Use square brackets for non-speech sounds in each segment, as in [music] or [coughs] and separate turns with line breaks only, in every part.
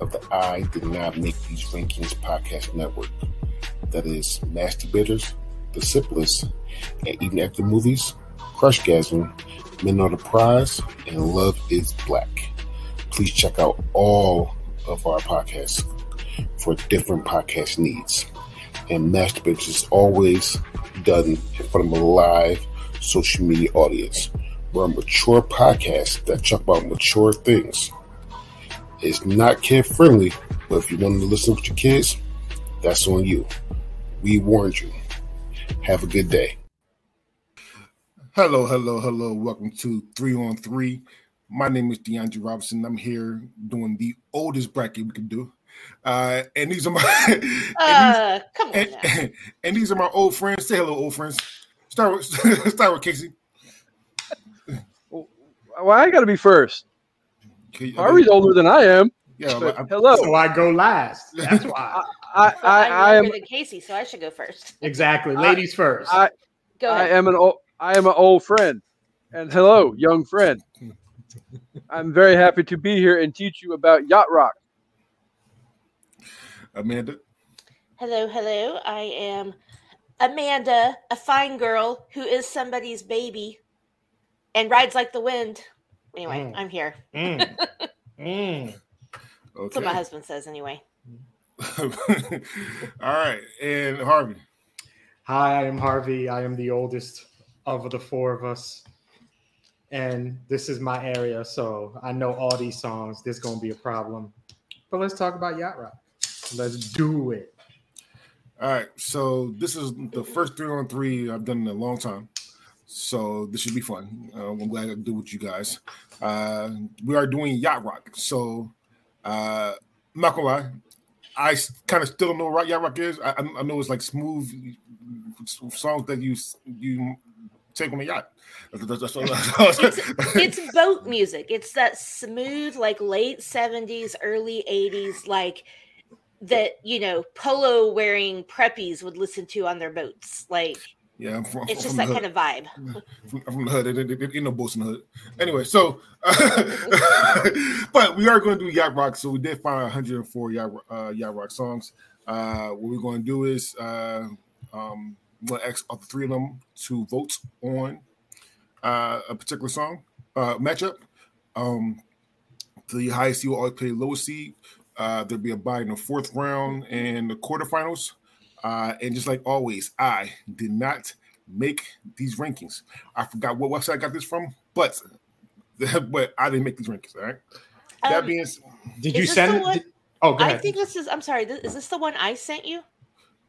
of the I Did Not Make These Rankings podcast network. That is Masturbators, The Simplest, and Eating After Movies, Crushgasm, Men Are the Prize, and Love is Black. Please check out all of our podcasts for different podcast needs. And Masturbators is always done in front of a live social media audience. We're a mature podcast that talk about mature things. It's not kid friendly, but if you want to listen with your kids, that's on you. We warned you. Have a good day. Hello, hello, hello. Welcome to Three on Three. My name is DeAndre Robinson. I'm here doing the oldest bracket we can do. Uh, and these are my [laughs] and, these,
Uh, come on
and,
now.
[laughs] and these are my old friends. Say hello, old friends. Start with [laughs] start with Casey.
Well, I got to be first.
Okay,
Harvey's older than I am.
yeah, I'm-
but
I'm-
hello,
So I go last. That's why.
I,
So
I,
I'm
I am
younger than Casey, so I should go first. [laughs]
exactly.
I-
Ladies first.
I-
Go
I
ahead.
am an old I am an old friend, and hello, young friend. I'm very happy to be here and teach you about yacht rock.
Amanda.
hello, hello. I am Amanda, a fine girl who is somebody's baby and rides like the wind. Anyway,
Mm.
I'm here.
Mm. Mm.
That's what my
Okay.
husband says anyway.
[laughs] All right, and Harvey.
Hi, I am Harvey. I am the oldest of the four of us. And this is my area, so I know all these songs. This going to be a problem. But let's talk about Yacht Rock. Let's do it.
All right, so this is the first three on three I've done in a long time, so this should be fun. Uh, I'm glad I do with you guys. Uh, we are doing yacht rock, so uh, I'm not gonna lie, I kind of still don't know what Rock- yacht rock is. I, I I know it's like smooth songs that you you take on a yacht. [laughs] That's, that's, that's,
It's boat music. It's that smooth, like late 70s, early 80s, like that, you know, polo wearing preppies would listen to on their boats. Like,
yeah, I'm from,
it's
from
just
the
that
hood.
kind of vibe.
from, from the hood. There, there- there ain't no boats in the hood. Anyway, so [laughs] but we are going to do yacht rock. So we did find 104 yacht Ro- uh, yacht rock songs. Uh, what we're going to do is uh, um, we'll ask all three of them to vote on uh, a particular song uh, matchup. Um, the highest seed will always play the lowest seed. Uh, there'll be a bye in the fourth round and the quarterfinals. Uh, and just like always, I did not make these rankings. I forgot what website I got this from, but [laughs] but I didn't make these rankings. All right. That
Um,
being s-
Did
Is
you
this
send
the
it?
one-
Did- oh, go
I
ahead.
think this is, I'm sorry, this, is this the one I sent you?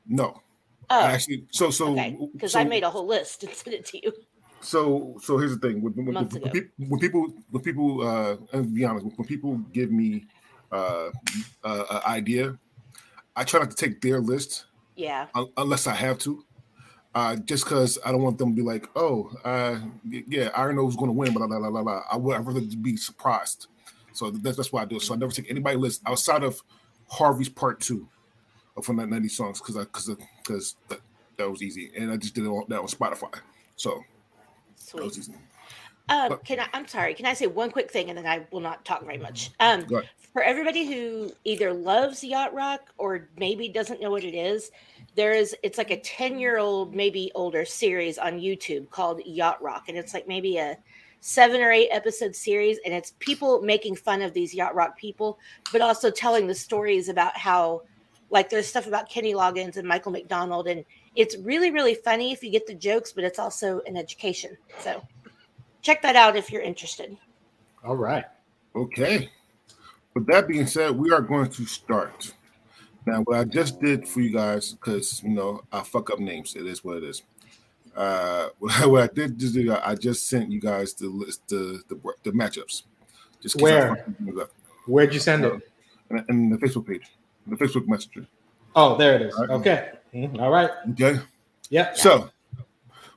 no,
Oh,
I actually. So so
okay. Because
so,
I made a whole list and [laughs] sent it to you.
so so here's the thing. When, when, when,
Months
when
ago.
peop- when people when people uh, and be honest, when people give me uh, uh, an idea, I try not to take their list
Yeah.
un- unless I have to. Uh, just because I don't want them to be like, oh, uh, y- yeah, I don't know who's going to win, blah, blah, blah, blah, blah. I would I'd rather be surprised. So that's, that's why I do it. So I never take anybody list outside of Harvey's part two of 90 songs because I because because that, that was easy. And I just did it on, that on Spotify. So that was
Sweet.
easy.
Um, can I, I'm sorry. Can I say one quick thing and then I will not talk very much? Um,
Mm-hmm. Go ahead.
for everybody who either loves yacht rock or maybe doesn't know what it is, there is, it's like a 10 year old, maybe older series on YouTube called Yacht Rock. And it's like maybe a seven or eight episode series. And it's people making fun of these yacht rock people, but also telling the stories about how, like, there's stuff about Kenny Loggins and Michael McDonald. And it's really, really funny if you get the jokes, but it's also an education. So, check that out if you're interested.
All right.
Okay. With that being said, we are going to start. Now, what I just did for you guys, because you know I fuck up names. It is what it is. Uh, [laughs] what I did just do, I just sent you guys the list, the the, the matchups. Just 'cause I
Where?
fucked things up.
Where'd you send it?
And, and the Facebook page, the Facebook Messenger.
Oh, there it is.
All right.
Okay. Mhm. All right.
Okay.
Yep.
So,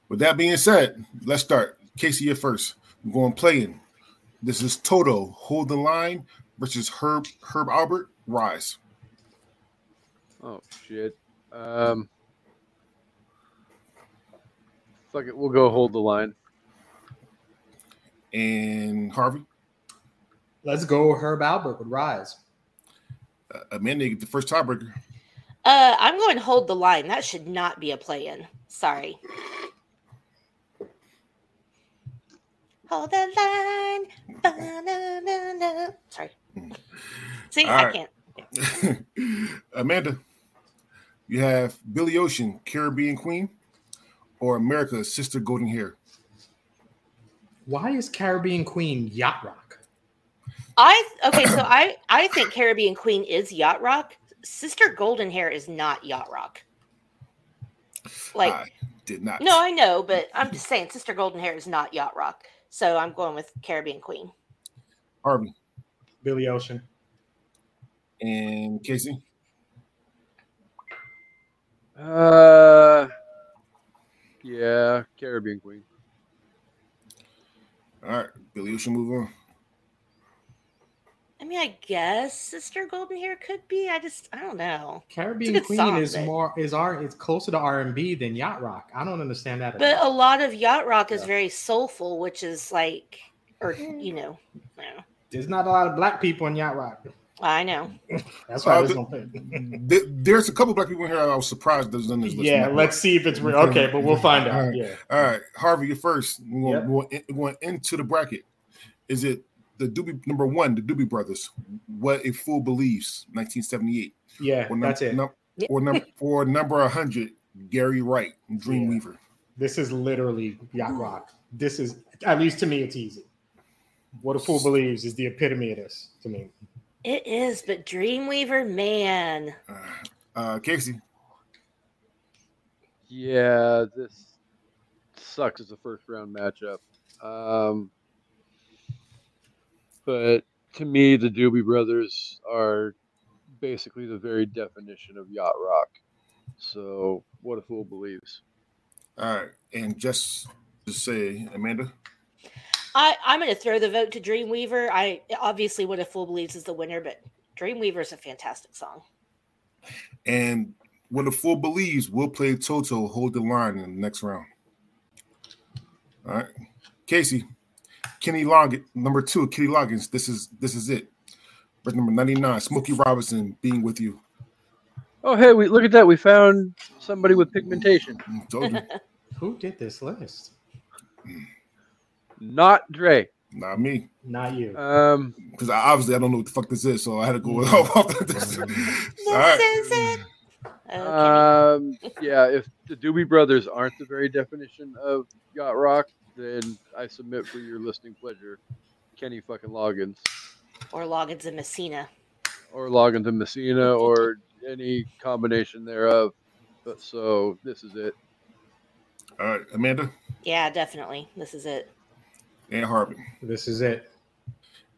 with that being said, let's start. Casey, you're first. We're going playing. This is Toto. Hold the line versus Herb Herb Albert. Rise.
Oh shit. Um, fuck it. We'll go hold the line.
and Harvey
Let's go. Herb Albert would rise.
Uh, Amanda, you get the first tiebreaker. [laughs]
Uh, I'm going to hold the line. That should not be a play in. Sorry. Hold the line. Ba-na-na-na. Sorry. See,
All
I
right.
can't.
Amanda, you have Billy Ocean, Caribbean Queen, or America's Sister Golden Hair.
Why is Caribbean Queen yacht rock?
I okay, so I I think Caribbean Queen is yacht rock. Sister Golden Hair is not yacht rock. Like
I did not.
no, I know, but I'm just saying Sister Golden Hair is not yacht rock. So I'm going with Caribbean Queen.
Harvey
Billy Ocean.
and Casey.
Uh, yeah, Caribbean Queen.
All right, Billy Ocean, move on.
I mean, I guess Sister Golden Hair could be. I just I don't know.
Caribbean
good
Queen
song,
is
but-
more is our it's closer to R and B than yacht rock. I don't understand that. at
But oh. a
all.
lot of yacht rock is
Yeah.
very soulful, which is like, or you know, I know.
There's not a lot of black people in yacht rock.
I know.
That's why
Uh,
I was
the-
gonna
[laughs]
put.
There- There's a couple black people in here I was surprised there's none of this list.
Yeah,
Not-
let's see if it's real. Okay, but we'll find out. Yeah.
All right, Harvey, you're first. We're going,
Yep.
we're going, in- we're going into the bracket. Is it the Doobie number one, the Doobie Brothers? What a fool believes, 1978.
Yeah,
Or num-
that's it.
num- or number or number 100, Gary Wright, Dreamweaver.
This is literally yacht rock. This is at least to me it's easy. What a fool believes is the epitome of this to me.
It is, but Dreamweaver, man,
Uh, uh, Casey,
Yeah, this sucks as a first round matchup. Um, but to me, the Doobie Brothers are basically the very definition of yacht rock. So, what a fool believes.
all right, uh, and just to say, Amanda,
I I'm going to throw the vote to Dreamweaver. I obviously what a fool believes is the winner, but Dreamweaver is a fantastic song.
and what a fool believes, we'll play Toto, hold the line in the next round. All right, Casey, Kenny Loggins, number two, Kenny Loggins. This is this is it. Verse number ninety nine, Smokey Robinson, being with you.
Oh, hey, we look at that. We found somebody with pigmentation.
Mm, Told you,
Who did this list?
Not Dre.
not me,
Not you.
Um,
because I, obviously I don't know what the fuck this is, so I had to go with [laughs]
Mm.
off this.
[laughs]
All
This
right,
is it. Okay.
Um, yeah, if the Doobie Brothers aren't the very definition of yacht rock, then I submit for your listening pleasure, Kenny fucking Loggins
or Loggins and Messina.
or Loggins and Messina or any combination thereof. But so this is it.
all right, Amanda
Yeah, definitely. This is it.
and Harvey,
This is it.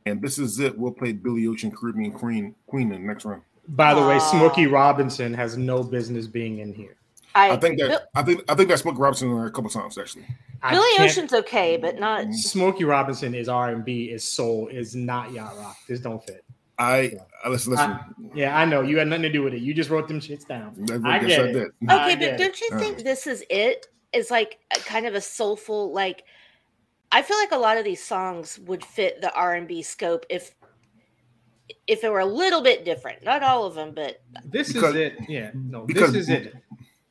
and this is it. We'll play Billy Ocean, Caribbean Queen, Queen in the next round.
By the way,
Aw.
Smokey Robinson has no business being in here.
I,
I think
Bill-
that I think I think that Smokey Robinson in there a couple times actually.
I
Billy
can't-
Ocean's okay, but not.
Smokey Robinson is R and B, is soul, is not yacht rock. This don't fit.
I, I listen, listen.
Yeah, I know you had nothing to do with it. You just wrote them shits down.
That's
I
what
get
I
it.
did.
Okay,
I
but
get
don't you
Uh.
think this is it? Is like a kind of a soulful like. I feel like a lot of these songs would fit the R and B scope if if it were a little bit different. Not all of them, but
This
Because-
is it. Yeah, no,
because-
this is it.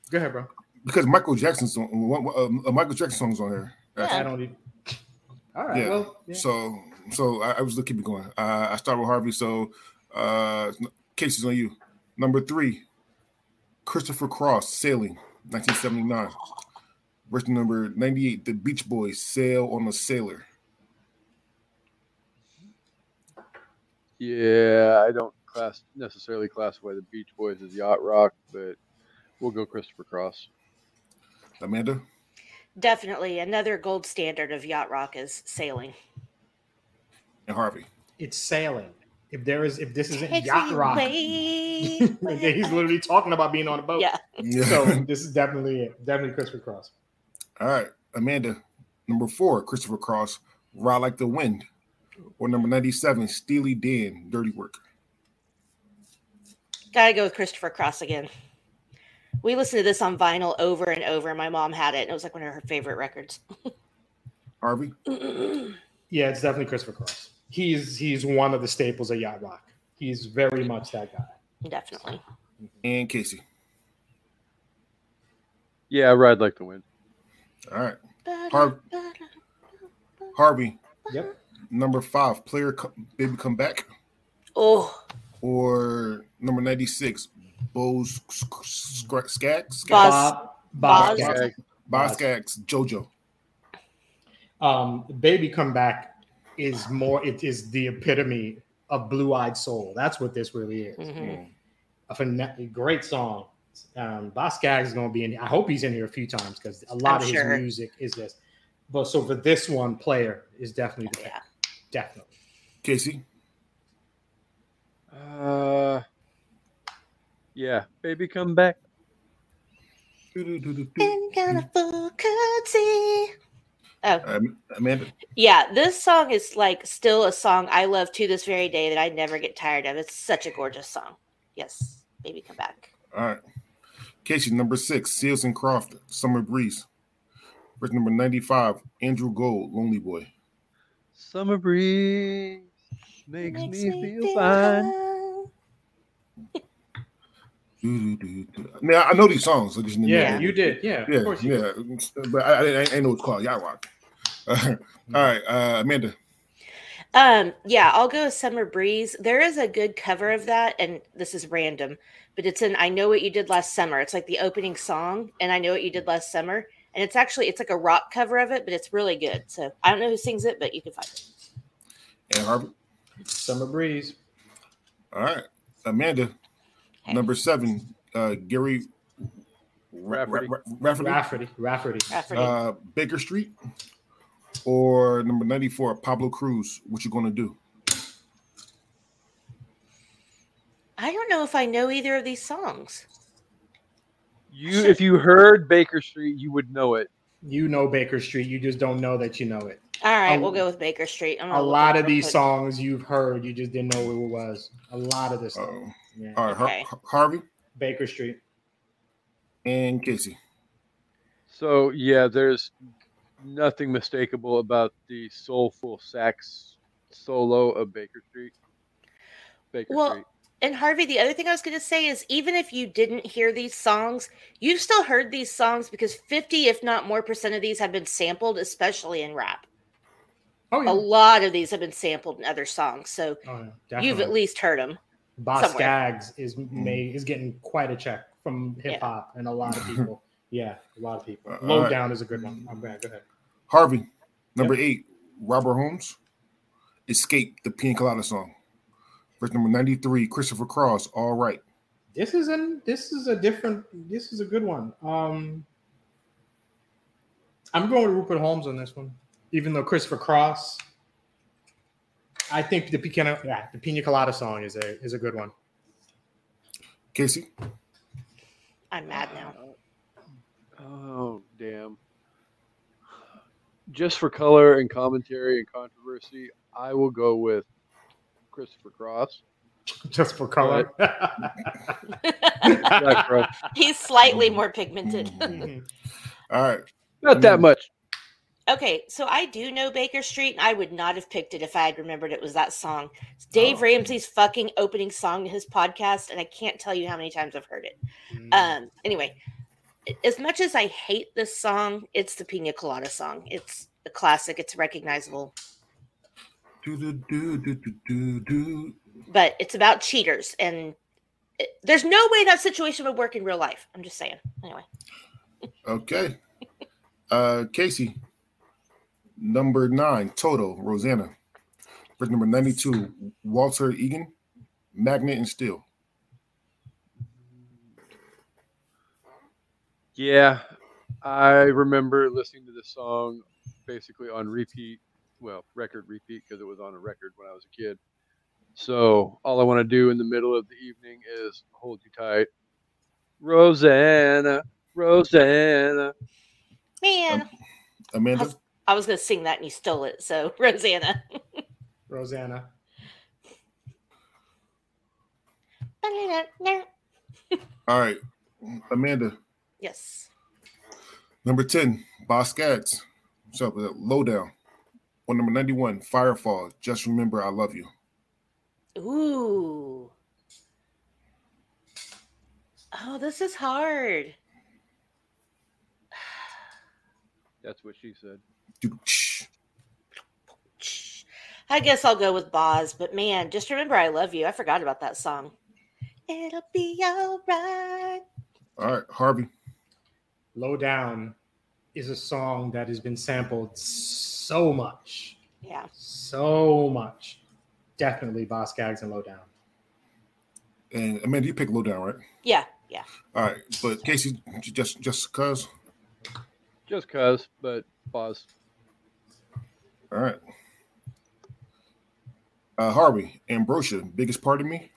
Go ahead, bro.
because Michael Jackson's on, one- one- uh, Michael Jackson songs on there. actually.
I don't need. All right.
Yeah.
Well, yeah.
So so I, I was looking going. Uh, I started with Harvey. So uh, Casey's on you. Number three, Christopher Cross, Sailing, 1979. Verse number 98, The Beach Boys, Sail on a Sailor.
Yeah, I don't class necessarily classify the Beach Boys as yacht rock, but we'll go Christopher Cross.
Amanda
definitely another gold standard of yacht rock is sailing.
and Harvey.
it's sailing. If there is, if this isn't
Takes
yacht
me
rock, [laughs]
way
he's
back.
literally talking about being on a boat.
yeah.
Yeah.
So this is definitely it. Definitely Christopher Cross.
[laughs] All right, Amanda. Number four, Christopher Cross, Ride Like the Wind. Or number 97, Steely Dan, Dirty Work.
Gotta go with Christopher Cross again. We listened to this on vinyl over and over. My mom had it, and it was like one of her favorite records. [clears throat]
Harvey?
Yeah, it's definitely Christopher Cross. He's he's one of the staples of yacht rock. He's very much that guy.
Definitely.
And Casey.
Yeah, I'd like to win.
All right. Harv- Harvey,
Yep.
number five, player co- baby come back,
Oh,
or number 96, Boz Scag, Scag,
Boz.
Bob.
Boz.
Bob.
Boz.
Okay.
Boz Scaggs, JoJo.
um, baby come back is more it is the epitome of blue-eyed soul that's what this really is
mhm.
a phen- great song um Boskag is going to be in i hope he's in here a few times because a
I'm
lot of
sure.
his music is this but so for this one player is definitely the pick.
yeah.
definitely
Casey,
Uh, yeah, baby, come back.
Ain't got a full curtsy. Oh,
um, Amanda.
yeah. This song is like still a song I love to this very day that I never get tired of. It's such a gorgeous song. Yes. Baby, come back.
All right. Casey, number six, Seals and Croft, Summer Breeze. Verse number 95, Andrew Gold, Lonely Boy.
Summer breeze makes, me, feel, fine.
Doo-doo-doo-doo. Now, I know these songs. I just didn't
yeah,
know.
you did yeah,
Yeah,
of course you did.
yeah. But I, I, didn't- I didn't know what it's called. Yacht Rock. [laughs] all right, uh, Amanda.
Um, yeah, I'll go with Summer Breeze. There is a good cover of that, and this is random, but it's in I Know What You Did Last Summer. It's like the opening song, and I Know What You Did Last Summer. And it's actually it's like a rock cover of it, but it's really good. So I don't know who sings it, but you can find it.
And Harvey.
summer breeze
All right. Amanda,
Okay.
number seven, uh, Gary Ra-
Rafferty.
Ra- Ra- Rafferty.
rafferty rafferty
Rafferty.
Uh, Baker Street. Or number 94, Pablo Cruz, What You Gonna Do?
I don't know if I know either of these songs.
You, if you heard Baker Street, you would know it.
you know baker street you just don't know that you know it
All right,
Um,
we'll go with Baker Street. I'm
a
gonna look
lot
it
of
up
these
real quick.
songs you've heard you just didn't know who it was a lot of this stuff
Uh-oh.
yeah.
All right, Har-
Okay.
Harvey
baker street
and Casey.
So yeah, there's nothing mistakable about the soulful sax solo of Baker Street. Baker
Well,
Street.
And Harvey, the other thing I was going to say is even if you didn't hear these songs, you've still heard these songs because 50, if not more percent of these have been sampled, especially in rap.
oh
A lot of these have been sampled in other songs. So
Oh,
you've at least heard them.
Boss
somewhere.
Gags is
Mm-hmm.
made is getting quite a check from
Yeah.
hip hop and a lot of
[laughs]
people. yeah, a lot of people.
Uh, all right.
Lowdown is a good one. I'm glad. Go ahead.
Harvey, number eight, Robert Holmes, Escape, the Pina Colada song. Verse number 93, Christopher Cross, All Right.
This is an this is a different. This is a good one. Um, I'm going with Rupert Holmes on this one, even though Christopher Cross. I think the Pina, yeah, the Pina Colada song is a is a good one. [laughs]
Casey,
I'm mad now.
Oh damn! Just for color and commentary and controversy, I will go with Christopher Cross.
Just for color. [laughs]
Jack Cross.
[laughs] He's slightly
Hmm.
more [laughs] pigmented.
Mhm. all right.
Not that much.
okay, so I do know Baker Street, and I would not have picked it if I had remembered it was that song. It's Dave
Oh.
Ramsey's fucking opening song to his podcast, and I can't tell you how many times I've heard it.
Mm,
Um, anyway, as much as I hate this song, it's the Pina Colada song. It's a classic. It's recognizable,
Do-do-do-do-do-do.
but it's about cheaters, and it, there's no way that situation would work in real life. I'm just saying. Anyway,
Okay. Uh, Casey, number nine, Toto, Rosanna. Verse number 92, Walter Egan, Magnet and Steel.
Yeah, I remember listening to this song basically on repeat. Well, record repeat because it was on a record when I was a kid. So all I want to do in the middle of the evening is hold you tight, Rosanna, Rosanna.
man,
Amanda,
I was gonna sing that and you stole it. So [laughs] Rosanna.
Rosanna.
all right. Amanda,
yes.
Number 10, Boss Gads. So, uh, Lowdown. Or number 91, Firefall. Just remember I love you.
Ooh. Oh, this is hard.
That's what she said.
I guess I'll go with Boz, but man, just remember I love you. I forgot about that song. It'll be all right.
All right, Harvey.
Low Down is a song that has been sampled so much,
Yeah.
so much. Definitely Boss Gags and Low Down.
And Amanda, you pick Lowdown, right?
Yeah. Yeah.
All right, but Casey, j- just just cause.
Just cause, but pause.
All right. Uh, Harvey Ambrosia, biggest part of me.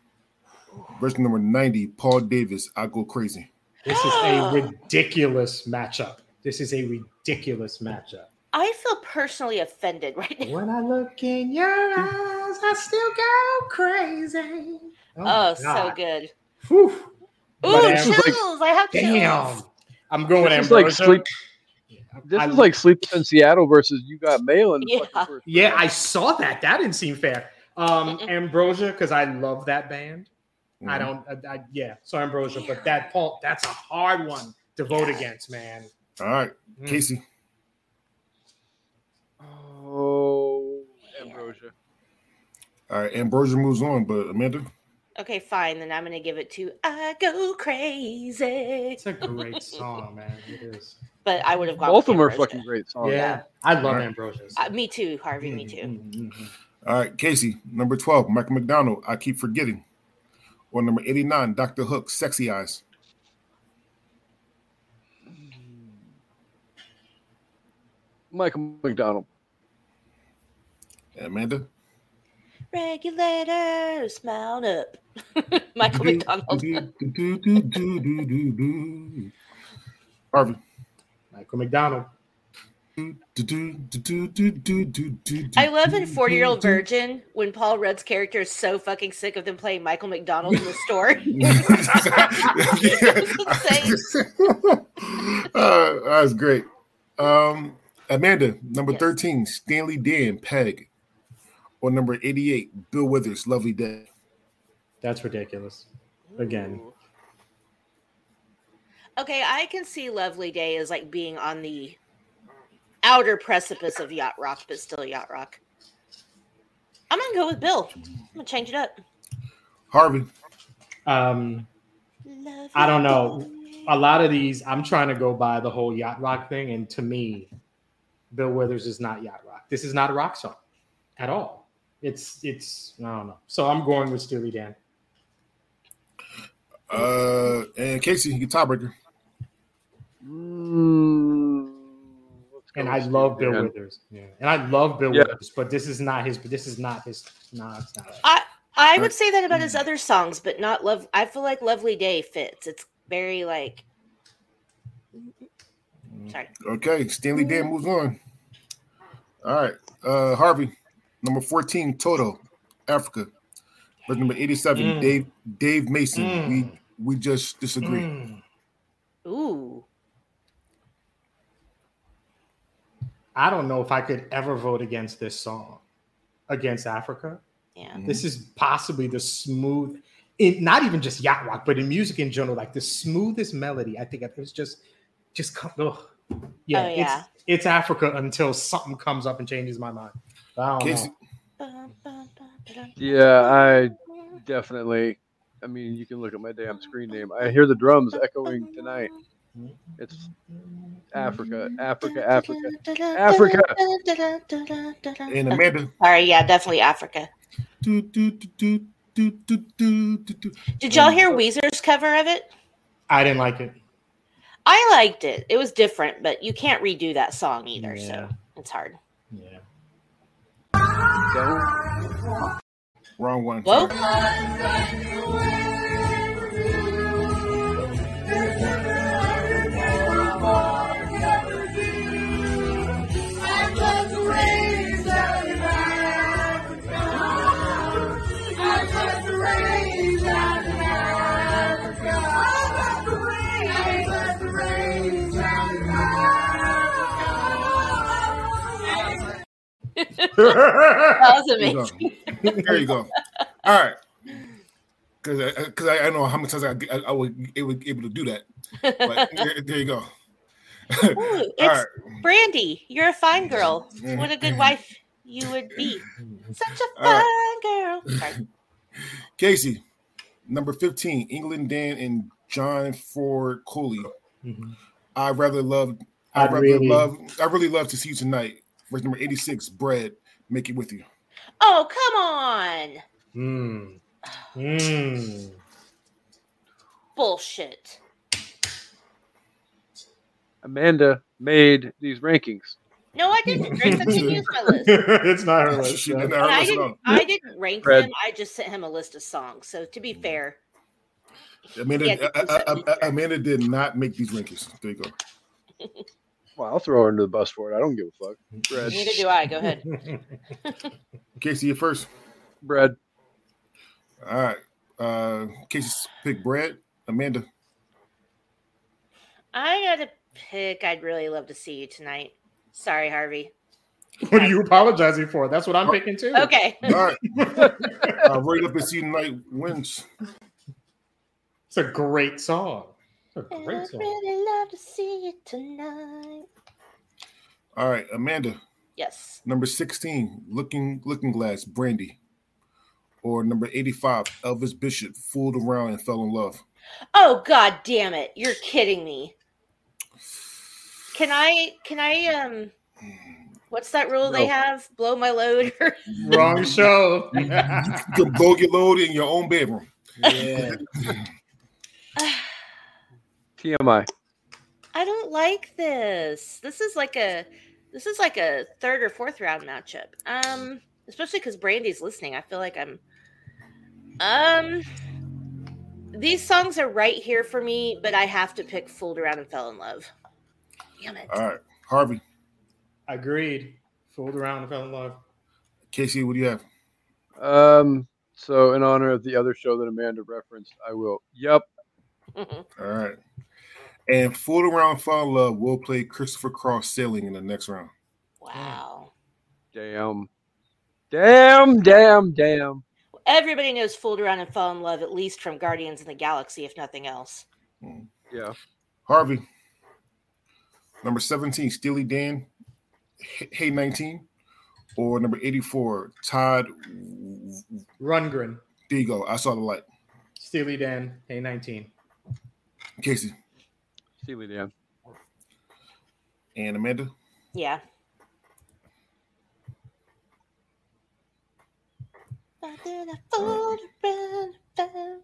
Version number ninety, Paul Davis, I go crazy.
This is
Ah.
a ridiculous matchup. This is a ridiculous matchup.
I feel personally offended [laughs] right now.
When I look in your eyes, I still go crazy. my
Oh, so
God.
good.
Whew.
Ooh,
But
chills.
Amber-
I have chills.
Damn. I'm going
This is
Ambrosia.
like sleep. This
I-
is like sleeps in Seattle versus you got mail in the
Yeah.
fucking first.
Yeah, I
round.
saw that. That didn't seem fair. Um,
Mm-mm.
Ambrosia, because I love that band.
Mhm.
I don't. I, I, yeah, so Ambrosia, but that Paul, that's a hard one to vote against, man.
All right,
Mm.
Casey.
Oh, Ambrosia.
All right, Ambrosia moves on, but Amanda.
Okay, fine. Then I'm going to give it to I Go Crazy.
It's a great song, man. It is.
But I would have gone.
Both
with
of them are
Ambrosia.
fucking great songs.
Oh, Yeah, I love
Alright.
Ambrosia.
Uh, me too, Harvey. Me
Mm-hmm.
too.
All right, Casey. Number twelve, Michael McDonald. I keep forgetting. Or number eighty-nine, Doctor Hook, Sexy Eyes.
Michael McDonald.
Amanda.
Regulators, mount up. [laughs] Michael McDonald.
[laughs] Harvey.
Michael McDonald.
I love in 40 Year Old Virgin when Paul Rudd's character is so fucking sick of them playing Michael McDonald in the
[laughs]
store.
[laughs] uh, that's great. Um, Amanda, number
Yes.
13, Stanley Dan, Peg. Or number 88, Bill Withers, Lovely Day.
That's ridiculous. Again.
Ooh.
Okay, I can see Lovely Day as like being on the outer precipice of yacht rock, but still yacht rock. I'm gonna go with Bill. I'm gonna change it up.
Harvey,
Um, I don't know. a lot of these, I'm trying to go by the whole yacht rock thing, and to me, Bill Withers is not yacht rock. This is not a rock song at all. It's it's I don't know. So I'm going with Steely Dan.
uh, and Casey, you tiebreaker.
Mm, let's go
And
with
I
Steve
love Bill
Dan.
Withers. Yeah. And I love Bill
Yeah.
Withers, but this is not his. This is not his. No, it's not.
I would say that about
Hmm.
his other songs, but not love. I feel like Lovely Day fits. It's very like. Sorry.
Okay, Stanley Dan moves on. All right, uh, Harvey, number 14, Toto, Africa. Verse number 87,
Mm.
Dave Dave Mason,
Mm.
we, we just disagree.
Mm.
Ooh.
[clears throat] I don't know if I could ever vote against this song, against Africa.
Yeah.
Mhm.
This is possibly the smooth, in not even just yacht rock, but in music in general, like the smoothest melody. I think it was just, just come. Ugh. Yeah,
Oh, yeah.
It's, it's Africa until something comes up and changes my mind. I don't
Casey,
know.
Bum, bum, bum, ba-dum.
Yeah, I definitely. I mean, you can look at my damn screen name. I hear the drums echoing tonight. It's Africa, Africa, Africa. Africa.
and Amanda.
Sorry, yeah, definitely Africa.
Do, do, do, do, do, do, do, do, do.
Did y'all
Mm.
hear Weezer's cover of it?
I didn't like it.
I liked it. It was different, but you can't redo that song either,
Yeah.
so it's hard.
Yeah.
Don't-
Wrong one. [laughs]
Whoa.
sorry.
That was
There you
amazing.
go. There you go. All right. Because I, 'cause I, I know how many times I, I, I would, it would able to do that.
[laughs]
But there, there you go.
Ooh, it's
All right.
Brandy. You're a fine girl. What a good wife you would be.
Mm-hmm.
Such a
Mm. All
fine girl. Sorry.
Casey, number 15, England Dan and John Ford Cooley.
Mhm.
I rather love. I
I
uh, rather
really-
love. I really love to see you tonight. Verse number eighty-six. Bread, make it with you.
Oh, come on.
Mm. Mm.
Bullshit.
Amanda made these rankings.
No, I didn't.
[laughs]
Grace didn't use my list.
[laughs] it's not her list.
She
yeah.
did not
And I
listen
didn't.
up.
I didn't rank
Fred.
them. I just sent him a list of songs. So to
Mm.
be fair,
Amanda,
Yeah,
I- I- I-
because-
I- Amanda did not make these rankings. There you go.
Well, I'll throw her under the bus for it. I don't give a fuck. Bread.
neither do I. Go
[laughs]
ahead.
Casey, you first.
Bread.
All right. Uh, Casey, pick bread. Amanda,
I got to pick. I'd really love to see you tonight. Sorry, Harvey.
What are you apologizing for? That's what I'm picking too.
Oh, Okay.
all right. uh, right up and see you tonight wins.
It's a great song. A
I'd
great song.
really love to see you tonight.
All right, Amanda,
Yes.
number sixteen, looking looking glass, Brandy, or number eighty-five, Elvis Bishop, fooled around and fell in love.
Oh god damn it. You're kidding me. Can I can I um
Mm.
what's that rule they
No.
have? Blow my load
[sighs]
or [laughs]
Wrong show.
[laughs]
[laughs]
You can blow your load in your own bedroom.
yeah.
TMI.
I don't like this. This is like a this is like a third or fourth round matchup. Um, especially because Brandy's listening. I feel like I'm. Um, these songs are right here for me, but I have to pick "Fooled Around and Fell in Love." Damn it! [laughs]
All right, Harvey,
Agreed. Fooled around and fell in love.
Casey, what do you have?
Um, so in honor of the other show that Amanda referenced, I will. Yep.
All right. And fooled around, fall in love. We'll play Christopher Cross sailing in the next round.
wow.
Damn. Damn, damn, damn.
Everybody knows "Fooled Around and Fell in Love" at least from Guardians of the Galaxy, if nothing else.
Yeah.
Harvey, number seventeen, Steely Dan, H- Hey nineteen, or number eighty-four, Todd.
Rundgren,
There you go. I saw the light.
Steely Dan, A19.
Casey
Steely Dan.
and Amanda.
Yeah.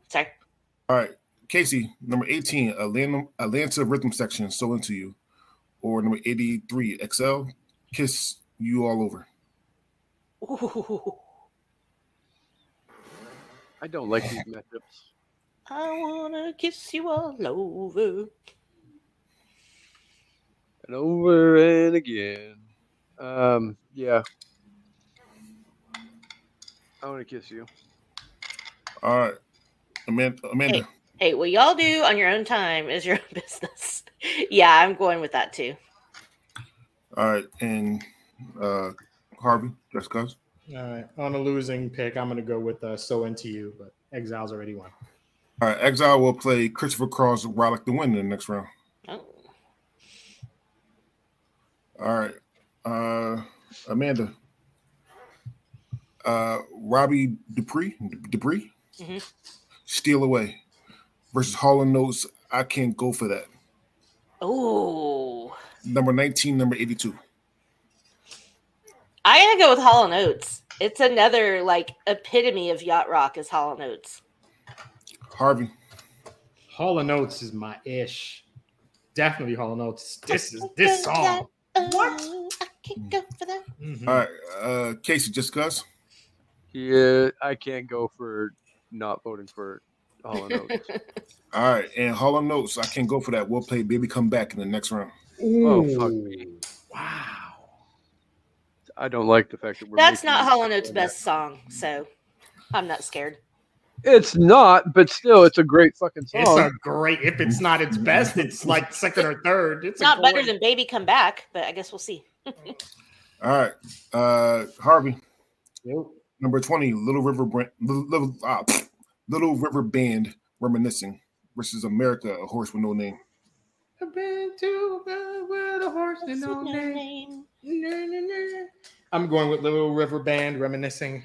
Sorry.
All right, Casey, number eighteen, Atlanta, Atlanta rhythm section, so into you, or number eighty-three, XL, kiss you all over.
Ooh,
I don't like these matchups.
I wanna kiss you all over.
and over and again. Um, yeah. I want to kiss you.
All right, Amanda. Amanda.
Hey, what y'all do on your own time is your [laughs] own business. yeah, I'm going with that too.
All right, and uh, Harvey, just cause.
All right. On a losing pick, I'm going to go with uh, So Into You, but Exile's already won.
All right, Exile will play Christopher Cross Rollick the win in the next round.
Oh,
All right, uh, Amanda. Uh, Robbie Dupree, Dupree,
Mhm.
steal away versus Hall and Notes. I can't go for that.
Ooh.
Number nineteen, number eighty-two.
I gotta go with Hall and Oates. It's another like epitome of yacht rock is Hall and Oates.
Harvey,
Hall & Oates is my ish. Definitely Hall & Oates. This is
[laughs]
this song.
What? I can't go for that.
Mhm.
all right, uh, Casey, just cause.
Yeah, I can't go for not voting for Holland Oates.
All right, and Hall and Notes, I can't go for that. We'll play Baby Come Back in the next round.
Oh, fuck
Ooh.
me.
Wow.
I don't like the fact that we're.
That's
making
not
these
Hall and Oates'
picks like that.
best song, so I'm not scared.
It's not, but still, it's a great fucking song.
Oh.
It's a great, if it's
[laughs]
not its best, it's like second or third. It's
It's not
a
better
great-
than Baby Come Back, but I guess we'll see.
All right, uh, Harvey.
Yep.
Number twenty, Little River Brand, Little Little, ah, Little River Band, reminiscing versus America, a horse with no name.
I've been to bed with a horse and no name. Na, na, na. I'm going with Little River Band reminiscing.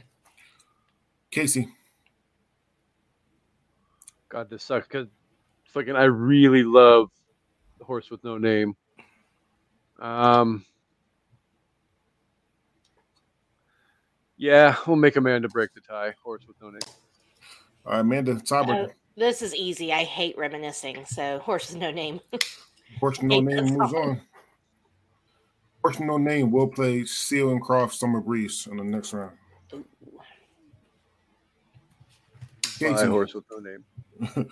Casey,
God, this sucks because fucking I really love the horse with no name. Um, yeah, we'll make Amanda break the tie. Horse with no name.
all right, Amanda, tiebreaker.
This is easy. I hate reminiscing. So horse with no name.
Horse with no
Ain't
name
that
moves
something?
on. Horse with no name will play Seal and Croft Summer Breeze in the next round.
Ooh.
Bye,
Casey,
horse with no name.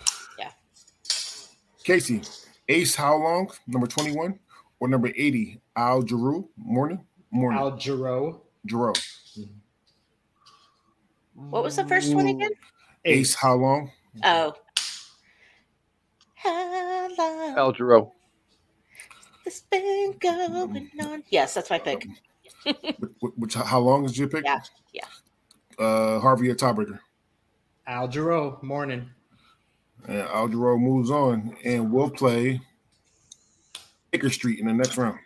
Casey, Ace How Long, number 21, or number 80, Al Giroux, Morning, Morning,
Al Jarreau.
Giroux.
What was the first one again?
Ace
Ace.
How Long,
Oh. How long
Al Jarreau.
this been going on? Yes, that's my pick.
Wh- which how long is your pick?
Yeah, yeah.
Uh, Harvey, a tiebreaker.
Al Jarreau. Morning.
And Al Giroux moves on, and we'll play Baker Street in the next round.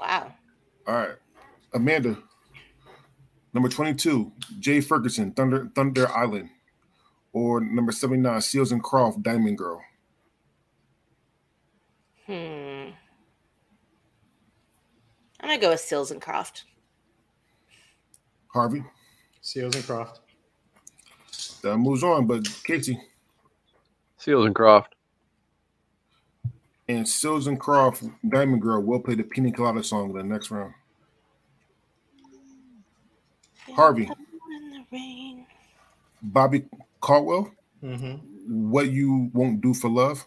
Wow.
All right, Amanda, number 22, Jay Ferguson, Thunder Thunder Island, or number 79, Seals and Croft, Diamond Girl.
Hmm. I'm gonna go with Sills and Croft.
Harvey,
Seals and Croft.
that moves on, but Casey.
Seals and Croft.
And Susan Croft, Diamond Girl, will play the Pina Colada song in the next round. Harvey.
In the rain.
Bobby Caldwell,
Mm-hmm.
What You Won't Do for Love.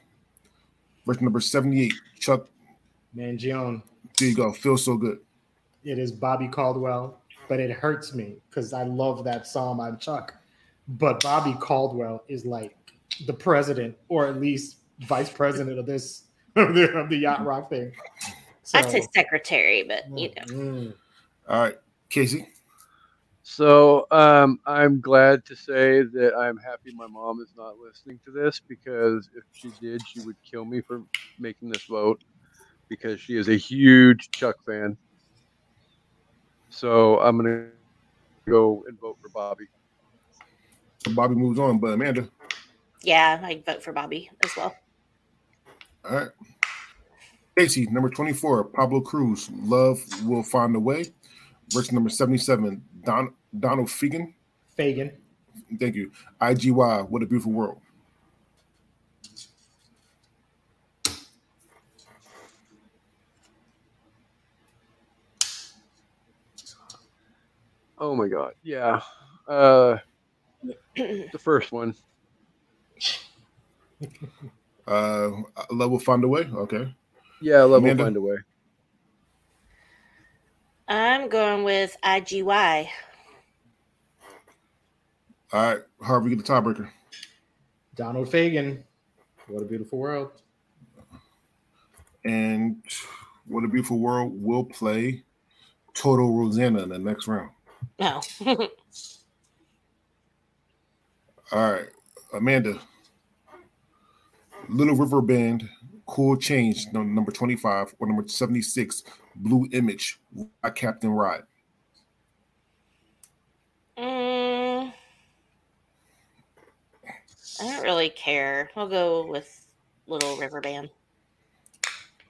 Verse number 78, Chuck,
Mangione.
there you go, Feels So Good.
It is Bobby Caldwell, but it hurts me because I love that song on Chuck. But Bobby Caldwell is like the president, or at least vice president of this [laughs] of the, of the yacht rock thing. So,
I'd say secretary, but you know.
Mm.
All right, Casey,
So um, I'm glad to say that I'm happy my mom is not listening to this because if she did, she would kill me for making this vote because she is a huge Chuck fan. So I'm gonna go and vote for Bobby.
Bobby moves on, but Amanda,
Yeah, I'd vote for Bobby as well.
all right. Casey, number 24, Pablo Cruz, Love Will Find a Way. Verse number 77, Don, Donald Fegan,
Fagan.
thank you, IGY, What a Beautiful World.
Oh my god, yeah. Uh, the first one.
Uh, Love Will Find a Way, okay.
Yeah, love will
Amanda?
find a way.
I'm going with IGY.
All right, Harvey, get the tiebreaker.
Donald Fagan. What a beautiful world.
and What a Beautiful World will play Total Rosanna in the next round.
No.
All right, Amanda. Little River Band, Cool Change, num- number 25, or number 76, Blue Image, by Captain Rod.
Mm, I don't really care. I'll go with Little River Band.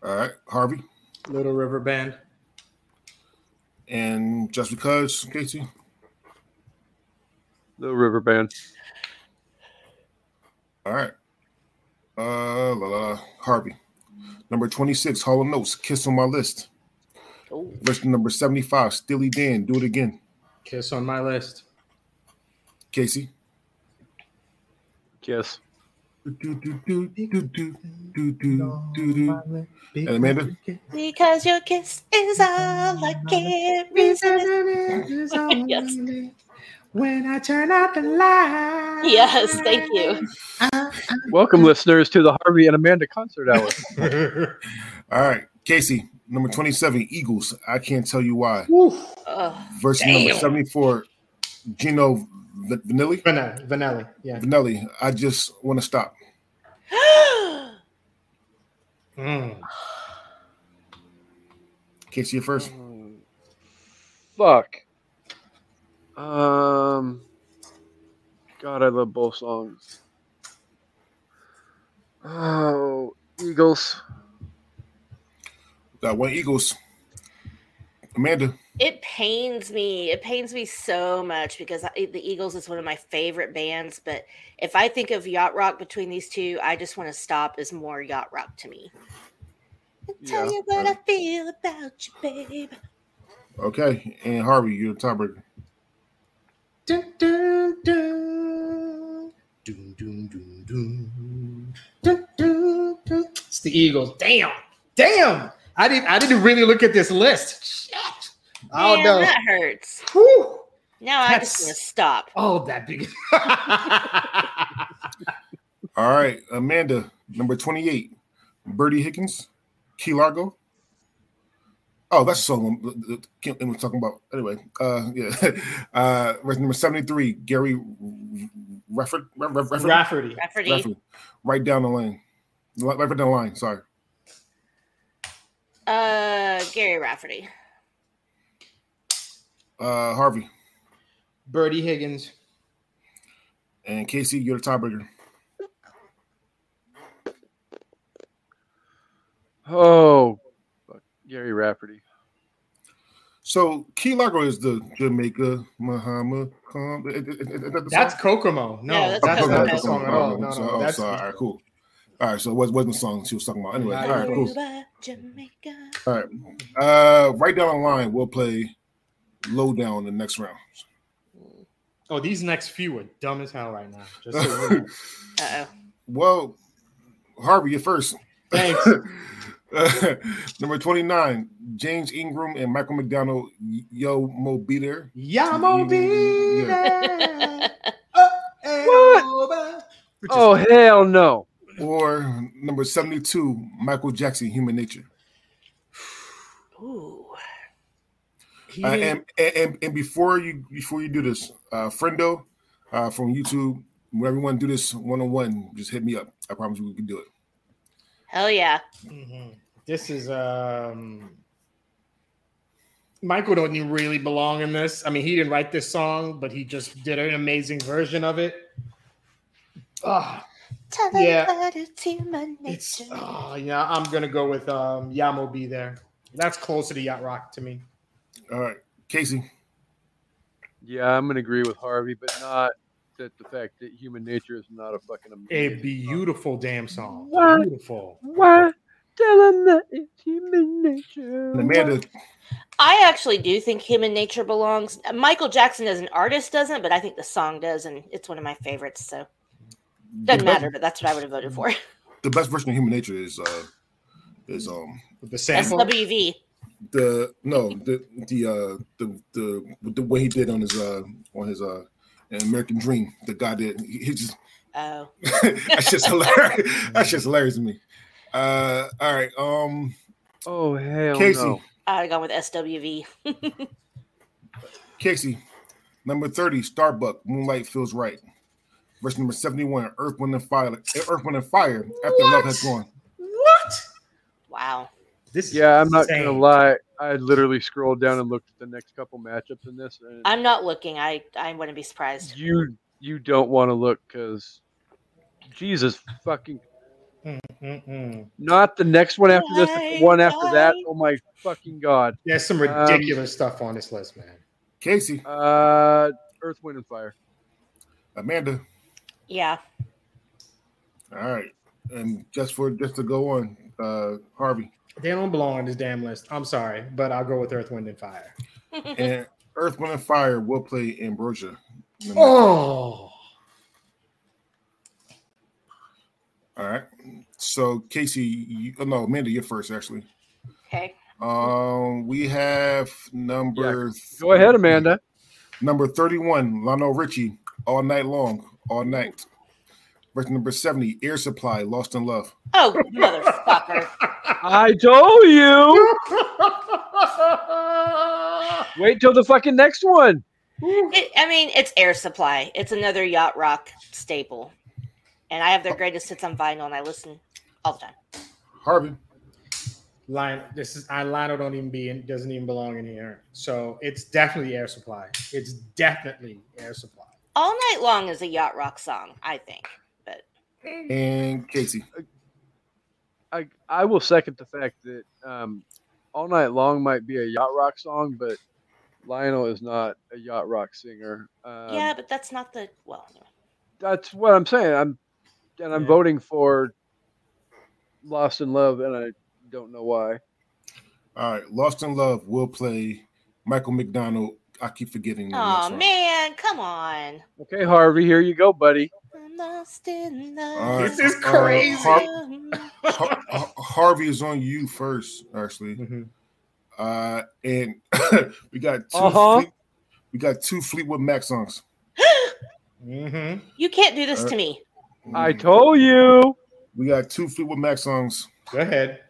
All right, Harvey.
Little River Band.
And just because, Casey,
The River Band.
all right. Uh, la, la, la. Harvey. Number 26, Hall of Notes, Kiss on My List.
Ooh.
Versus number 75, Steely Dan, Do It Again.
Kiss on my list.
Casey.
Kiss.
And Amanda?
Because your kiss is all I can resist. [laughs] Yes.
When I turn out the light.
Yes, thank you.
Welcome, listeners, to the Harvey and Amanda concert hour.
All right, Casey, number 27, Eagles. I can't tell you why.
Ugh.
Versus number
Damn.
74, Gino V- Vanilli.
[laughs] Vanelli. Vanelli. Yeah.
Vanelli, I just want to stop.
Mm.
Casey, you first.
Mm. Fuck. Um. God, I love both songs. Oh, Eagles.
Got one Eagles. Amanda,
it pains me. It pains me so much because I, the Eagles is one of my favorite bands. But if I think of yacht rock between these two, I just want to stop. Is more yacht rock to me. I tell
Yeah,
you what
I-
I feel about you, babe.
okay. And Harvey, you're the tiebreaker.
Dun, dun, dun. Dun, dun, dun, dun. Dun, dun, dun. It's the Eagles. Damn. Damn. I didn't I didn't really look at this list. Shit. Oh
Damn,
no.
that hurts.
Whew.
Now I just
That's-
want to stop.
Oh, that big.
All right. Amanda, number 28, Birdie Higgins, Key Largo. Oh, that's so song Kim was talking about. Anyway, uh, yeah. Uh, verse number 73, Gary Refford. Refford, Refford,
Rafferty.
Rafferty.
Refford. Right down the lane. Right down the line. Sorry.
Uh, Gary Rafferty.
Uh, Harvey
Birdie Higgins.
and Casey, you're the tiebreaker.
Oh, fuck. Gary Rafferty.
So Key Largo is the Jamaica Muhammad. Khan- is- is- is that the
That's
song?
Kokomo. No,
No,
that's,
that's Kokomo.
not
Okay,
the
okay,
song at
okay,
all.
okay,
No,
so-
no,
oh,
that's
sorry, all right, cool. All right, so it was- wasn't the song she was talking about. Anyway, all
Nice.
right, cool.
Aruba, Jamaica.
All right, uh, right down the line, we'll play Lowdown in the next round.
Oh, these next few are dumb as hell right now.
[laughs]
Just so you know.
Uh oh.
Well, Harvey, you're first. [laughs] Uh,
Thanks.
Number 29, James Ingram and Michael McDonald, Yo Mo Be There.
Yamo
[laughs]
be there. Oh, and
What?
over. Which is-
Oh hell no.
Or number 72, Michael Jackson, Human Nature.
Ooh.
he
Uh,
didn't-
and, and and- and before you before you do this, uh, friendo uh, from YouTube, whenever you want to do this one on one, just hit me up. I promise you we can do it.
Hell yeah.
Mhm. This is um Michael don't even really belong in this. I mean, he didn't write this song, but he just did an amazing version of it. Ah,
Tell
Yeah.
everybody to my
it's
nature.
oh, yeah. I'm gonna go with um Yamo be there. That's closer to Yacht Rock to me.
All right, Casey.
Yeah, I'm gonna agree with Harvey, but not that the fact that human nature is not a fucking
A
amazing song.
beautiful damn song.
What?
Beautiful.
Why tell him that it's human nature?
And Amanda,
I actually do think human nature belongs. Michael Jackson as an artist doesn't, but I think the song does, and it's one of my favorites. So
the
doesn't
best,
matter, but that's what I would have voted for.
the best version of Human Nature is uh, is um
With the sample.
SWV.
the no the the uh the the the way he did on his uh on his uh American Dream. The guy did he, he just [laughs]
Oh,
that's just hilarious. That's just hilarious to me. Uh, all right, um,
Oh hell
Casey.
no.
I'd have gone with SWV.
Casey, number 30, Starbuck, Moonlight Feels Right. Verse number 71, Earth, Wind, and Fire. Earth, Wind, and Fire, After Love
What?
Has Gone.
What?
Wow.
This is
Yeah, I'm not gonna
insane.
lie. I literally scrolled down and looked at the next couple matchups in this, and
I'm not looking. I I wouldn't be surprised.
you you don't want to look because Jesus fucking
Mm-mm.
not the next one after this, but the one after that.
Bye.
Oh my fucking god!
There's some ridiculous stuff on this list, man.
Casey,
Uh, Earth, Wind, and Fire.
Amanda.
Yeah.
All right. And just for just to go on, uh, Harvey
They don't belong on this damn list. I'm sorry, but I'll go with Earth, Wind, and Fire.
and Earth, Wind, and Fire will play Ambrosia.
[laughs] Oh,
All right. So Casey, you, oh, no, Amanda, you're first actually.
[laughs] okay.
Um, we have number
Go ahead, Amanda.
Number 31, Lionel Richie, All Night Long, All Night. versus number 70, Air Supply, Lost in Love.
Oh, motherfucker.
I told you. Wait till the fucking next one.
It, I mean, it's Air Supply. It's another yacht rock staple. And I have their greatest hits on vinyl and I listen all the time.
Harvey.
Lion, this is I Lionel don't even be in, doesn't even belong in here. So it's definitely air supply. It's definitely air supply.
All Night Long is a yacht rock song, I think. But
And Casey.
I I will second the fact that um, all night long might be a yacht rock song, but Lionel is not a yacht rock singer. Um,
yeah, but that's not the well. Anyway.
that's what I'm saying. I'm and I'm
Yeah.
voting for Lost in Love, and I don't know why.
All right, Lost in Love will play Michael McDonald. I keep forgetting. the next
Oh
one.
man, come on.
Okay, Harvey, here you go, buddy.
I'm lost in
All
love.
right,
This is
uh,
crazy.
Har- Har- Har- Harvey is on you first, actually.
Mhm.
Uh, and [laughs] we got 2
Uh-huh.
Fleet- we got two Fleetwood Mac songs.
Mhm.
you can't do this to me.
I told you.
we got two Fleetwood Mac songs.
Go ahead.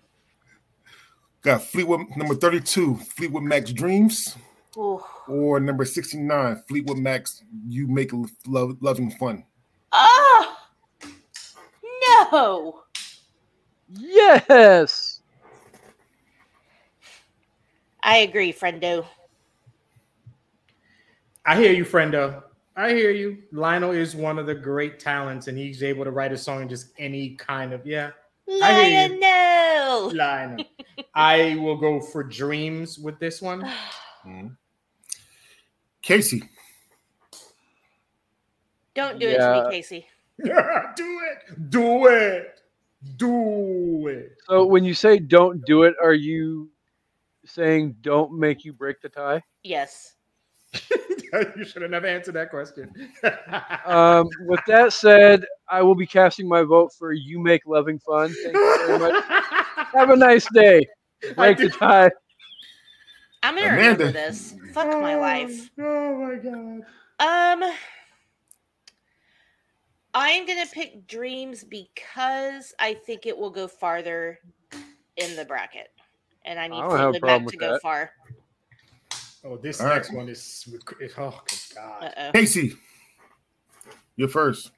Got Fleetwood number 32, Fleetwood Mac's Dreams,
Ooh.
or number 69, Fleetwood Mac's You Make Love Loving Fun.
Oh no.
Yes.
I agree, friendo.
I hear you, friendo. I hear you. Lionel is one of the great talents, and he's able to write a song in just any kind of yeah. I hear you.
Lionel.
Lionel.
[laughs]
I will go for dreams with this one. [laughs]
Casey,
Don't do it to
Yeah.
me, Casey.
do it. Do it. Do it. [laughs]
So when you say "don't do it," are you saying "don't make you break the tie"?
Yes.
you should have never answered
[laughs]
that question.
Um, with that said, I will be casting my vote for "You Make Loving Fun." Thank you very much. Have a nice day. Break the
[laughs] do-
tie.
I'm gonna
Amanda.
remember this. Fuck my life.
Oh my god.
Um, I'm gonna pick dreams because I think it will go farther in the bracket, and I need
I don't have a
Fleetwood
problem
Mac
with
to go
that.
far.
Oh, this
All right.
next one is oh good
Uh
god.
oh.
Casey, you're first.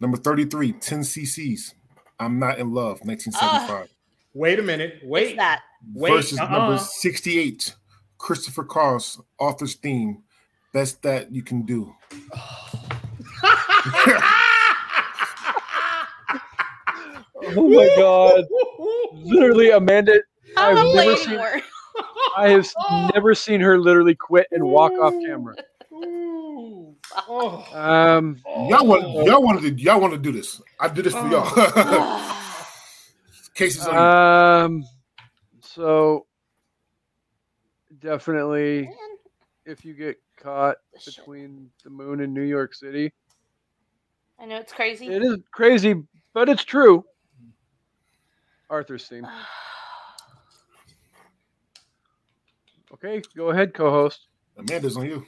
Number 33, 10 CCs, I'm Not in Love, 1975.
Wait a minute.
What's
Wait. [laughs]
that?
Ah,
[laughs]
wait,
versus
uh-uh.
number 68, Christopher Cross, author's theme, That's That You Can Do.
Oh my god! Literally, Amanda.
I'm
I've
a
never
lady
seen-
more.
I have never seen her literally quit and walk off camera.
[laughs]
Ooh. Oh.
Um,
Y'all want y'all wanted to y'all want to do this. I did this for
[laughs]
Oh.
y'all. [laughs] Casey's on you.
Uh,
um, so definitely, if you get caught
Shit.
between the moon and New York City,
I know it's crazy.
it is crazy, but it's true. Arthur's theme. Okay, go ahead, co-host. [laughs]
Amanda's on you.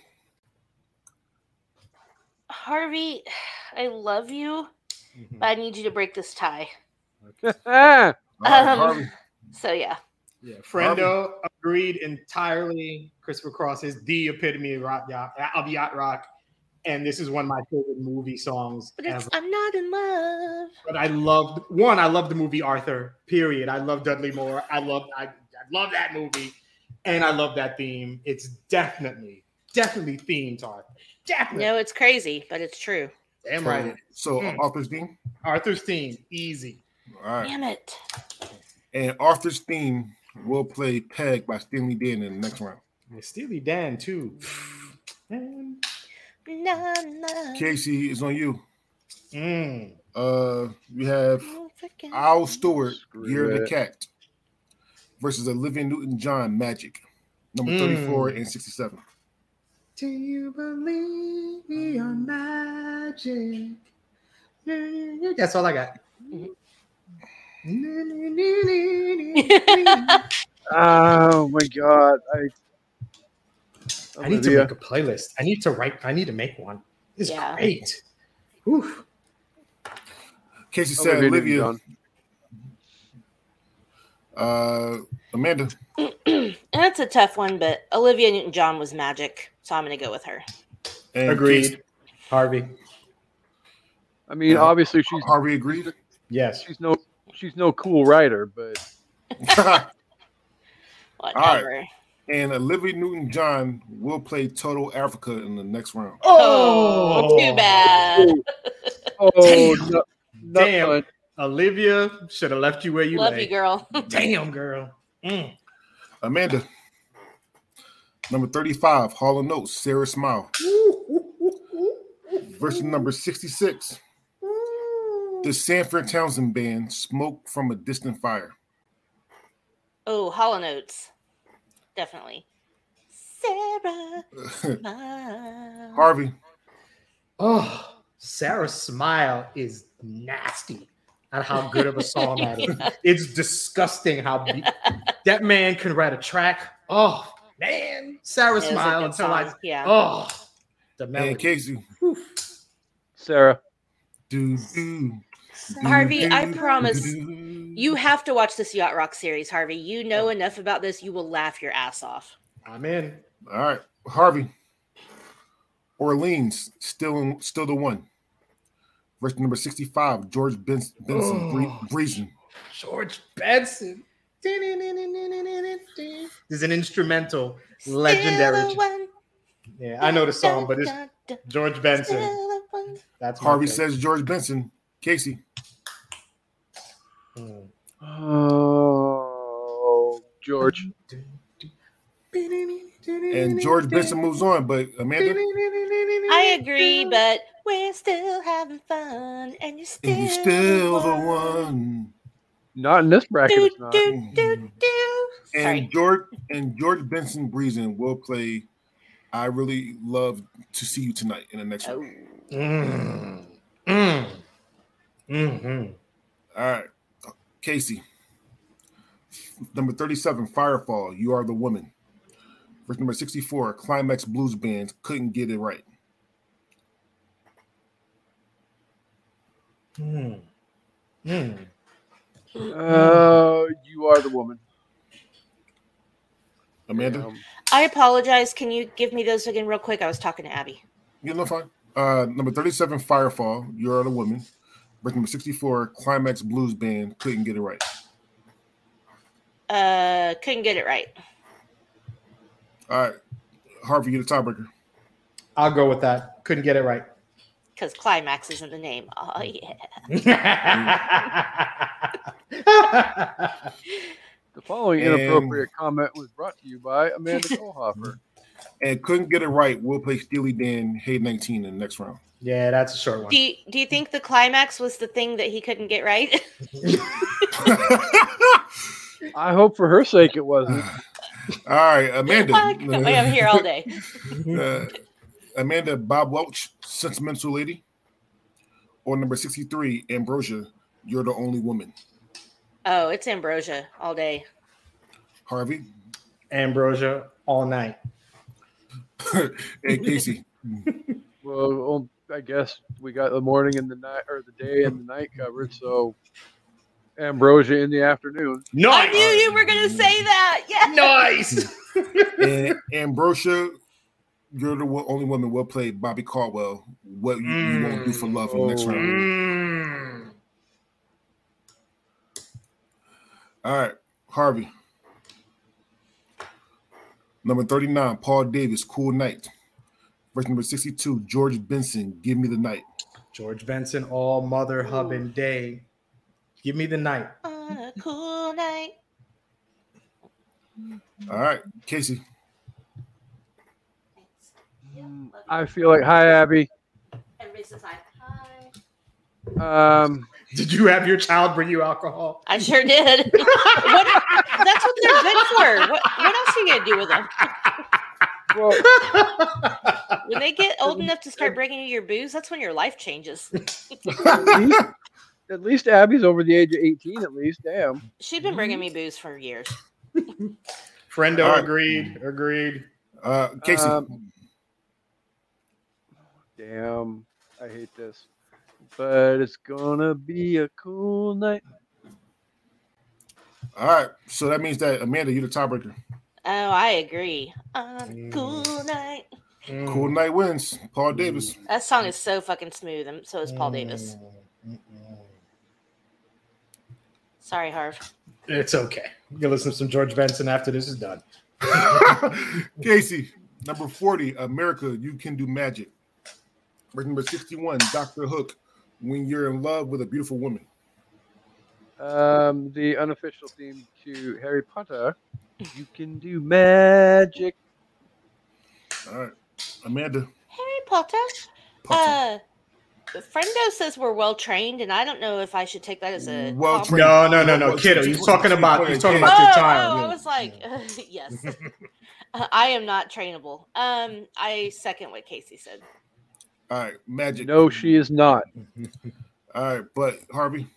Harvey, [sighs] I love you,
Mm-hmm.
but I need you to break this tie.
Ah,
All right,
Um,
Harvey.
So yeah,
Yeah, Friendo agreed entirely. Christopher Cross is the epitome of rock yacht, of yacht rock, and this is one of my favorite movie songs
but it's
ever.
I'm not in love.
But I loved one. I loved the movie Arthur. Period. I love Dudley Moore. I love I, I love that movie, and I love that theme. It's definitely definitely themed to Arthur. Definitely.
No, it's crazy, but it's true.
Damn
So-
right. it is.
So
Mm.
Arthur's theme.
Arthur's theme easy.
All right.
Damn it.
And Arthur's theme will play Peg by Stanley Dan in the next round.
And Steely
[sighs]
Dan too. Man.
Na, na,
Casey is on you.
Mm.
Uh we have
don't forget. [laughs]
Al Stewart,
Screw
Year of the
it.
Cat versus Olivia Newton John Magic, number
Mm.
34 and 67.
Do you believe in magic? That's all I got. Mm-hmm. [laughs] I
oh my God! I. I'm
need
with
to
ya.
make a playlist. I need to write. I need to make one. It's
Yeah.
great. Oof.
Casey said
Olivia
Olivia.
Newton-John.
Uh, Amanda.
and it's a tough one, but Olivia Newton John was magic, so I'm going to go with her.
And Casey-
Agreed. Harvey.
I mean,
Yeah.
obviously she's
Harvey agreed. [laughs]
Yes.
she's no she's no cool writer,
[laughs]
but
Whatever.
and Olivia Newton-John will play Total Africa in the next round.
Oh, too bad.
oh, no, no
Damn. Olivia should have left you where you
Love
lay.
you, girl.
Damn, girl. Mm.
Amanda. Number 35, Hall of Notes, Sarah Smile. Versus number 66, the Sanford Townsend Band, Smoke from a Distant Fire. [laughs]
Oh, Hollow Notes. Definitely. Sarah. Smile.
Harvey,
Oh, Sarah's smile is nasty at how good of a song that
[laughs]
is. It's disgusting how be- that man can write a track. Oh man, Sarah
It was a
smile
good
until I
song, yeah.
oh the
and
melody.
Casey.
Sarah.
Do, do, do,
Harvey, I
do,
promise
do, do.
You have to watch this Yacht Rock series, Harvey. You know enough about this. You will laugh your ass off.
I'm in.
All right, Harvey. Orleans still still the one. Verse number sixty-five, George Benson, Benson Bree-
Oh.
Breezen.
George Benson. There's an instrumental, legendary.
Still a one,
Yeah, I know the song, but it's
dun, dun, dun,
George Benson.
still a one.
That's my
Harvey
pick.
says George Benson. Casey,
Mm.
Oh, George.
Mm.
and George Benson moves on, but Amanda,
I agree, but we're still having fun, and you're still,
and you still the one.
Not in this bracket.
Do,
It's not.
do, do, do. Sorry.
And George and George Benson Breezen will play. I really love to see you tonight in the next
Oh.
one.
Mm. Mm. Mhm.
All right, Casey. Number 37, Firefall, You Are the Woman. Verse number 64, Climax Blues Band, Couldn't Get It Right.
Mm. Mm.
Oh, you are the woman.
Amanda,
Um,
I apologize. Can you give me those again, real quick? I was talking to Abby.
you know, fine. Uh, number 37, Firefall, You Are the Woman. Verse number 64, Climax Blues Band, Couldn't Get It Right.
Uh, couldn't get it right.
All right, Harvey, you're the tiebreaker.
I'll go with that. Couldn't get it right. [laughs]
Because climax isn't the name. Oh yeah.
the following
And-
inappropriate comment was brought to you by
[laughs]
Amanda Kohlhofer.
And Couldn't Get It Right will play Steely Dan, Hey 19 in the next round. [laughs]
yeah, that's a short one.
Do you, do you think the climax was the thing that he couldn't get right? [laughs]
I hope for her sake
[sighs]
it wasn't.
All right, Amanda.
I am here all day.
[laughs] uh, Amanda Bob Welch, Sentimental Lady, or number 63, Ambrosia, You're the Only Woman.
Oh, it's ambrosia all day.
Harvey
Ambrosia all night.
and Casey.
Well, well, I guess we got the morning and the night, or the day and the night covered. So ambrosia in the afternoon.
No,
I knew you were gonna say that. Yeah. [laughs]
nice.
and Ambrosia, You're the Wo- Only Woman will play Bobby Caldwell, What You, You Won't Do for Love in the next round.
Mm.
All right, Harvey. Number 39, Paul Davis, Cool Night. Verse number 62, George Benson, Give Me the Night.
George Benson all mother hubbing day. Give me the night.
On a cool night.
All right, Casey.
Mm, I feel like hi, Abby.
Everybody says hi. Hi.
Um,
Did you have your child bring you alcohol?
I sure did. what, that's what they're good for. What, what else are you gonna do with them?
well,
When they get old enough to start bringing you your booze, that's when your life changes.
at least Abby's over the age of eighteen. At least, damn.
She'd been bringing me booze for years.
Friendo
All right.
agreed. Agreed.
Uh, Casey.
Um, Damn, I hate this. but it's gonna be a cool night.
All right. So that means that Amanda, you're the tiebreaker.
Oh, I agree. On a cool night.
Mm.
Cool night wins. Paul Davis.
That song is so fucking smooth, and so is Paul Davis.
Mm.
Sorry, Harv.
It's okay. You can listen to some George Benson after this is done. Mm.
[laughs] Casey, number 40, America, you can do magic. Verse number 61, Dr. Hook, when you're in love with a beautiful woman.
Um, the unofficial theme to Harry Potter. You can do magic.
All right. Amanda.
Harry Potter.
Potter.
Uh, Friendo says we're well trained, and I don't know if I should take that as a
Well
compliment.
trained.
No, no, no, no, kiddo. He's talking about he's talking about your
Oh,
child.
oh, I
Yeah.
was like, [laughs] yes,
[laughs]
Uh, I am not trainable. Um, I second what Casey said.
All right. Magic.
No, she is not.
All right. But Harvey,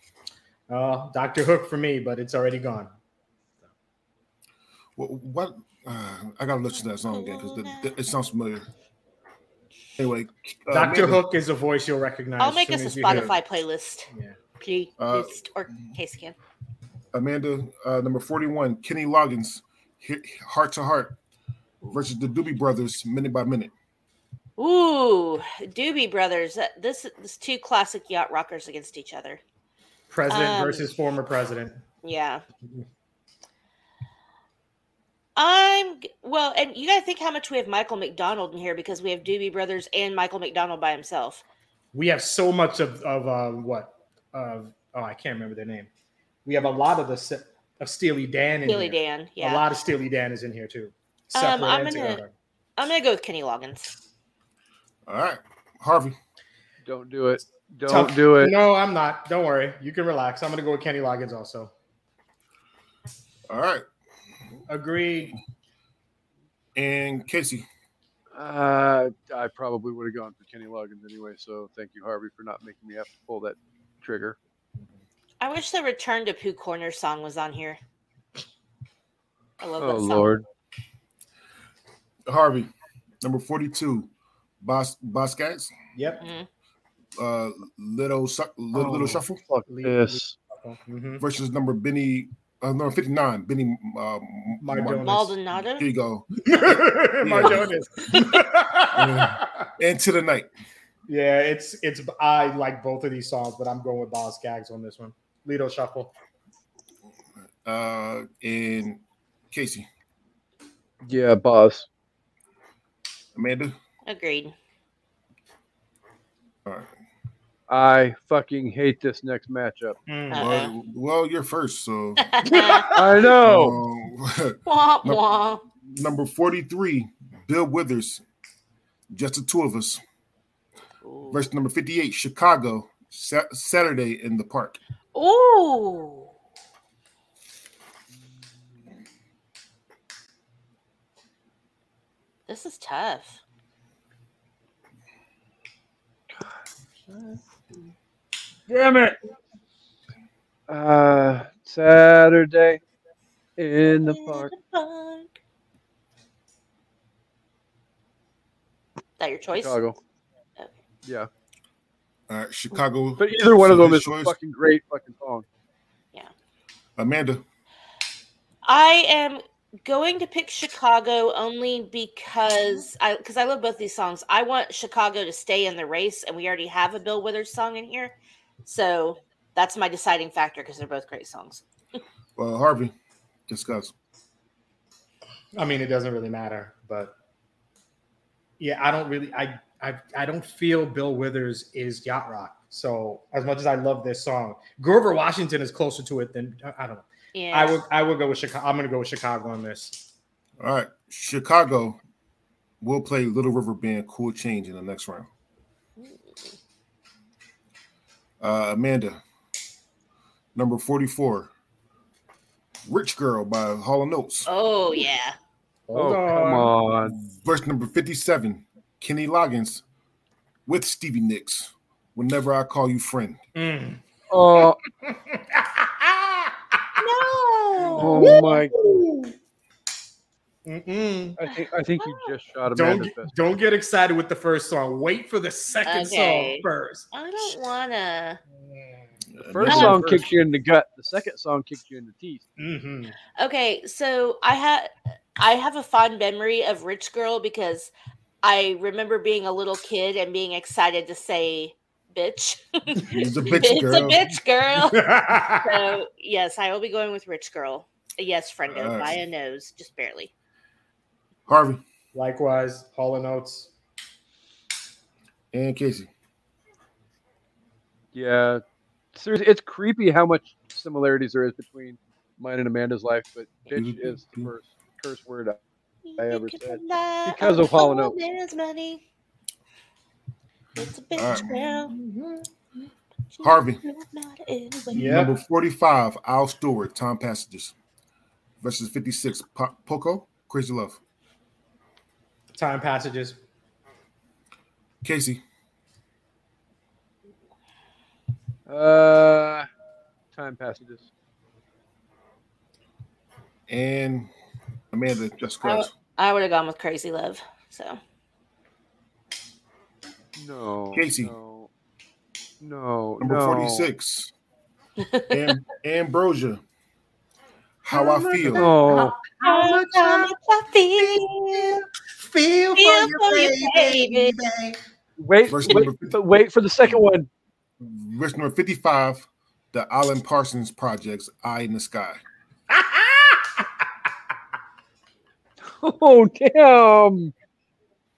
Uh, Doctor Hook for me, but it's already gone.
what? what uh, I got to listen to that song again because it sounds familiar. Anyway. uh,
Doctor
Amanda,
Hook is a voice you'll recognize.
I'll
as
make
soon
us a
as you hear it.
Spotify playlist,
Yeah.
please,
Uh,
or Casey can.
Amanda, uh, number 41, Kenny Loggins, he- Heart to Heart versus the Doobie Brothers, minute by minute.
Ooh, Doobie Brothers. That- This is two classic yacht rockers against each other.
President
Um,
versus former president.
Yeah. I'm g- well, and you gotta think how much we have Michael McDonald in here because we have Doobie Brothers and Michael McDonald by himself.
We have so much of of uh, what of oh I can't remember their name. We have a lot of the se- of Steely Dan. In
Billy
here.
Dan,
A
yeah.
lot of Steely Dan is in here too.
Um,
Separate
I'm
and
gonna-
together.
I'm gonna go with Kenny Loggins.
All right. Harvey.
Don't do it. Don't
Tough.
do it.
No, I'm not. Don't worry. You can relax. I'm gonna go with Kenny Loggins also.
All right.
Agreed.
And Casey.
Uh, I probably would have gone for Kenny Loggins anyway. So thank you, Harvey, for not making me have to pull that trigger.
I wish the Return to Pooh Corner song was on here. I love
Oh
that song.
Lord.
Harvey, number 42, Bos- Boscats,
Yep.
Mhm.
uh, Little, Su- Little,
Oh.
Little Shuffle
Fuck
Leave-
this.
[laughs] Mhm.
versus number Benny, uh, number 59, Benny um,
Mardones.
Maldonado.
Here you go.
Marjonas.
And to the night.
[laughs] yeah, it's it's I like both of these songs, but I'm going with Boz Gags on this one. Lido Shuffle.
Uh, and Casey.
Yeah, boss.
Amanda.
Agreed. [laughs]
All right.
I fucking hate this next matchup.
Mm.
Uh-oh.
Well, well, you're first, so.
womp
I know.
um, [laughs] Nope.
womp.
number 43, Bill Withers, Just the Two of Us,
Ooh.
versus number 58, Chicago, Sa- Saturday in the Park.
Ooh. This is tough.
Damn it. Uh, Saturday in the park.
park. That your choice?
Chicago.
Okay.
Yeah.
All right, Chicago,
But either one of them
Good
is a
choice.
fucking great fucking song.
Amanda.
I am going to pick Chicago only because I because I love both these songs. I want Chicago to stay in the race, and we already have a Bill Withers song in here, so that's my deciding factor because they're both great songs.
Uh, Harvey, discuss.
I mean, it doesn't really matter, but yeah, I don't really I I I don't feel Bill Withers is yacht rock. So as much as I love this song, Grover Washington is closer to it than I don't know.
Yeah,
I would I would go with Chicago. I'm gonna go with Chicago on this.
All right, Chicago will play Little River Band Cool Change in the next round. Uh, Amanda, number 44, Rich Girl by Hall and Oates,
Oh yeah.
[laughs] oh, come on.
verse number 57, Kenny Loggins with Stevie Nicks, Whenever I Call You Friend.
[laughs] Mm.
Oh,
No.
oh my.
Mm-mm.
I think I think you just shot
Don't
Amanda's
get-
best.
don't get excited with the first song. Wait for the second
Okay.
song first.
I don't wanna.
The
First
Oh.
song kicks you in the gut. The second song kicks you in the teeth.
[laughs] Mhm.
Okay, so I had I have a fond memory of Rich Girl because I remember being a little kid and being excited to say bitch. [laughs]
He's a bitch
it's
girl.
a bitch girl. so yes, I will be going with Rich Girl. Yes, friendo
Alright.
by a nose, just barely.
Harvey
Likewise, Hall and Oates.
and Casey.
Yeah, seriously, it's creepy how much similarities there is between mine and Amanda's life, but bitch is the first curse word. I ever
could
said.
rely
Because
on
of Hall and
all
Oates.
man's money. It's a bitch
Alright.
girl. She
Mm-hmm. Harvey.
doesn't matter anyway.
Yeah.
Number 45, Al Stewart, Tom Passages. Versus 56, Po- Poco, Crazy Love.
Time passages.
Casey,
Uh, time passages.
and Amanda, just scratch.
I would have gone with Crazy Love. So
No.
Casey.
No. No.
Number
no.
46, Am- Ambrosia, How I Feel.
No. Oh.
How much I feel,
Feel
feel for you, baby.
Wait.
Verse
wait
number
but wait for the second one. [laughs]
Verse number 55, The Alan Parsons Projects, Eye in the Sky.
Oh damn!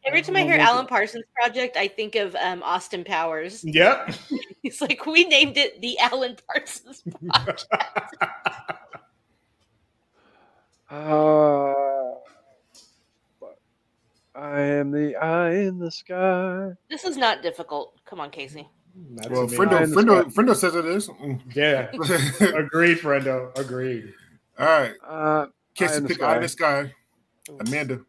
Every time I hear Alan Parsons Project, I think of um, Austin Powers.
[laughs] Yep.
[laughs] He's like, we named it the Alan Parsons. Project."
Uh, I am the eye in the sky.
this is not difficult. Come on, Casey.
Not
Well,
too
Friendo,
many.
in the
Friendo, Friendo says it is. Mm. [laughs]
Yeah. Agreed, Frendo. Agreed.
All right.
Uh, Eye
Casey,
in the
pick Eye in the Sky.
Sky.
Amanda,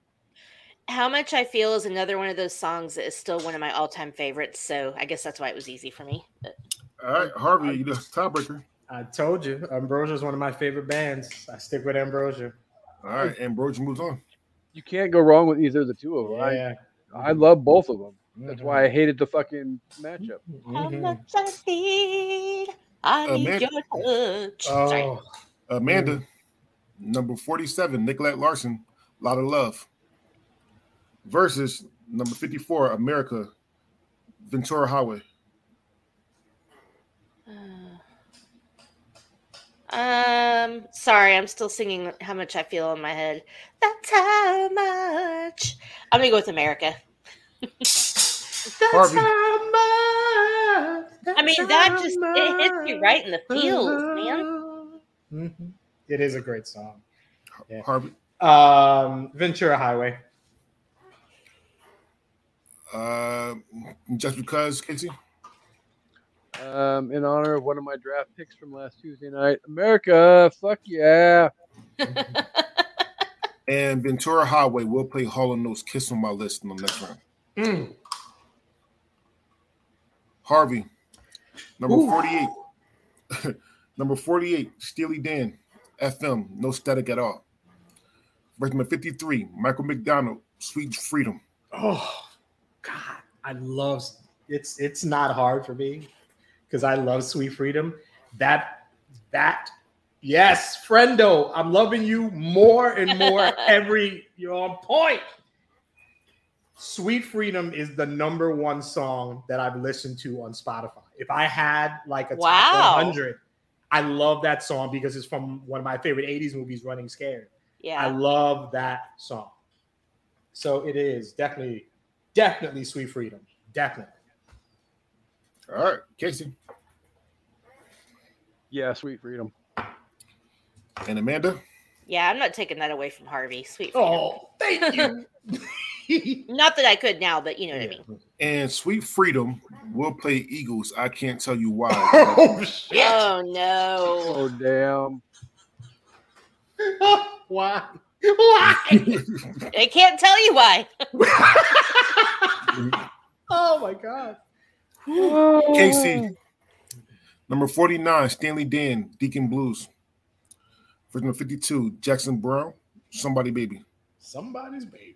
How much I feel is another one of those songs that is still one of my all-time favorites. So I guess that's why it was easy for me. But
all right. Harvey, you the tiebreaker.
I told you, Ambrosia is one of my favorite bands. I stick with Ambrosia.
All right. Ambrosia moves on.
you can't go wrong with either of the two of them.
Yeah. Mm-hmm.
I, I love both of them. That's why
Mm-hmm.
I hated the fucking matchup.
How
Mhm.
much I feel, I
Uh,
need
man-
your touch. Sorry.
Oh,
Amanda, number 47, Nicolette Larson, Lot of Love. Versus number 54, America, Ventura Highway.
Uh, Um, sorry, I'm still singing how much I feel in my head. That's how much. I'm gonna go with America.
Harvey.
I mean, that just it hits you right in the feels,
Uh-huh.
man.
Mhm. It is a great song. Yeah.
Harvey,
Um, Ventura Highway.
uh, just because, Casey?
Um, in honor of one of my draft picks from last Tuesday night, America, fuck yeah!
And Ventura Highway will play Hall and Notes Kiss on my list in the next round.
Mm.
Harvey, number
Ooh.
48. [laughs] number 48, Steely Dan, FM, no static at all. Versus number 53, Michael McDonald, Sweet Freedom.
Oh, God, I love it's. It's not hard for me because I love Sweet Freedom. That that yes, friendo. I'm loving you more and more every. You're on point. Sweet Freedom is the number one song that I've listened to on Spotify. If I had like a
Wow.
top 100, I love that song because it's from one of my favorite 80s movies, Running Scared. I
Yeah.
love that song. So it is definitely, definitely Sweet Freedom. Definitely.
All right, Casey.
Yeah, sweet freedom.
And Amanda?
Yeah, I'm not taking that away from Harvey. Sweet. freedom.
Oh, thank you.
Not that I could now, but you know what I mean. [laughs]
And Sweet Freedom will play Eagles. I can't tell you
[laughs]
why.
[laughs] oh, shit.
Oh no.
Oh damn!
Why? Why? [laughs]
I can't tell you why.
oh, my God.
Casey, number 49, Stanley Dan, Deacon Blues. Version number 52, Jackson Brown, Somebody Baby. Somebody's baby.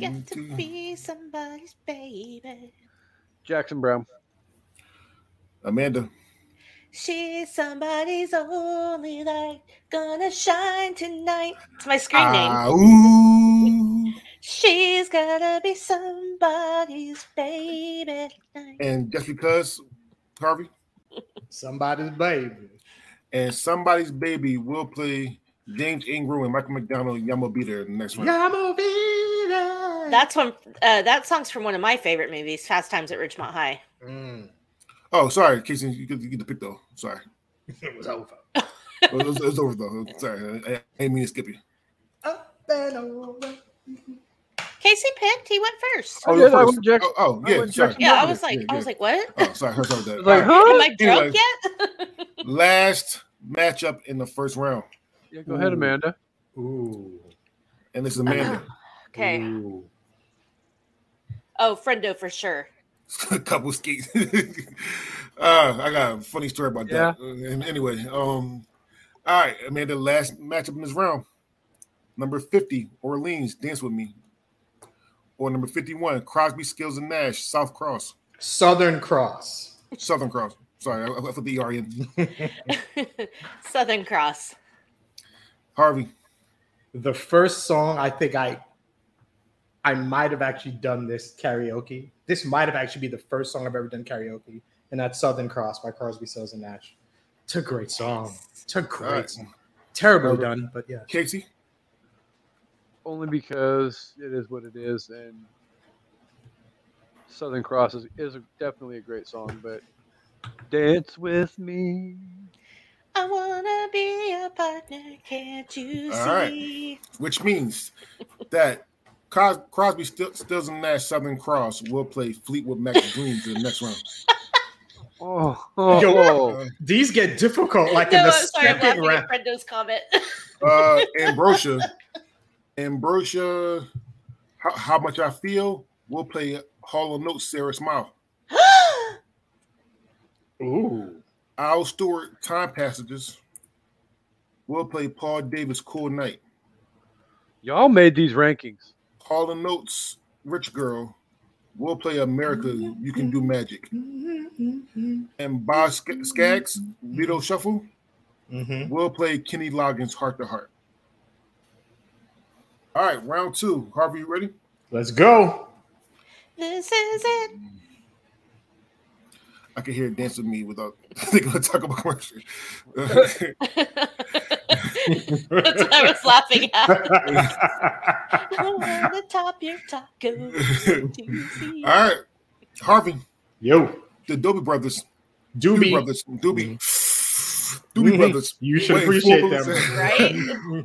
Got to be somebody's baby.
Jackson Brown.
Amanda.
She's somebody's only light, gonna shine tonight. It's my screen name.
Ah, ooh.
She's gonna be somebody's baby tonight.
And just because, Harvey,
Somebody's baby.
and somebody's baby will play James Ingram and Michael McDonald. Y'all will be there in the next round.
Yamovita.
That's one. Uh, that song's from one of my favorite movies, Fast Times at Ridgemont High.
Mm, [laughs]
Oh, sorry, Casey, you get, you get the pick though. Sorry,
it was over.
it was, it was over though. Sorry, I, I didn't mean to skip you.
Up and over.
Casey picked. He went first.
Oh,
you're
yeah, that
first.
was Jack-
oh, oh,
that
yeah,
was
sorry.
Jackson
yeah, I
Yeah,
was like,
yeah,
I
yeah.
was like, what?
Oh, sorry, sorry about
[laughs]
that.
It's like,
All right.
Am
huh?
I drunk
Anyway.
yet?
Last matchup in the first round,
Yeah, go ahead, Amanda.
Ooh.
and this is
Uh-huh.
Amanda.
okay.
Ooh.
Oh, friendo for sure. [laughs]
a [laughs] couple skates. uh, I got a funny story about
Yeah.
that. Uh, And anyway, um, all right, Amanda, last matchup in this round. Number 50, Orleans, dance with me. Or number 51, Crosby, Skills, and Nash, South Cross,
Southern Cross.
Southern Cross. Sorry, I, I put the ER in.
Southern Cross.
Harvey,
The first song I think I I might have actually done this karaoke. This might have actually be the first song I've ever done karaoke, and that's Southern Cross by Crosby, Stills, and Nash. It's a great song. It's a
All right.
great song. Terribly done, but yeah.
Casey,
Only because it is what it is, and Southern Cross is, is a, definitely a great song, but Dance with Me.
I wanna be your partner. Can't you
All right.
see?
which means that Cros- Crosby, Still- Stills, and Nash, Southern Cross will play Fleetwood Mac's Dreams in the next round.
Oh, oh,
Yo.
oh.
These
[laughs]
get difficult like in
no,
the
I'm sorry. I'm laughing
second round.
at Frendo's comment. [laughs]
uh ambrosia ambrosia how, how much i feel we'll play hall of notes sarah smile
Ooh.
al stewart time passages we'll play paul davis cool night
Y'all made these rankings.
hall of notes rich girl we'll play america you can do magic and bob Sk- skaggs Vito shuffle
Mhm.
we'll play kenny loggins heart to heart all right round two harvey you ready
Let's go.
this is it.
I can hear dance with me without [laughs] thinking about talk about commercial. all
[laughs]
[laughs]
That's what I was laughing at. I wanna top your
[laughs]
taco. Can't you see?
right, Harvey,
Yo.
the Doobie Brothers, Doobie,
Doobie.
Brothers, Doobie,
Mhm.
[sighs] Doobie Brothers.
You should
Wait, fool
appreciate
believes-
them.
Right?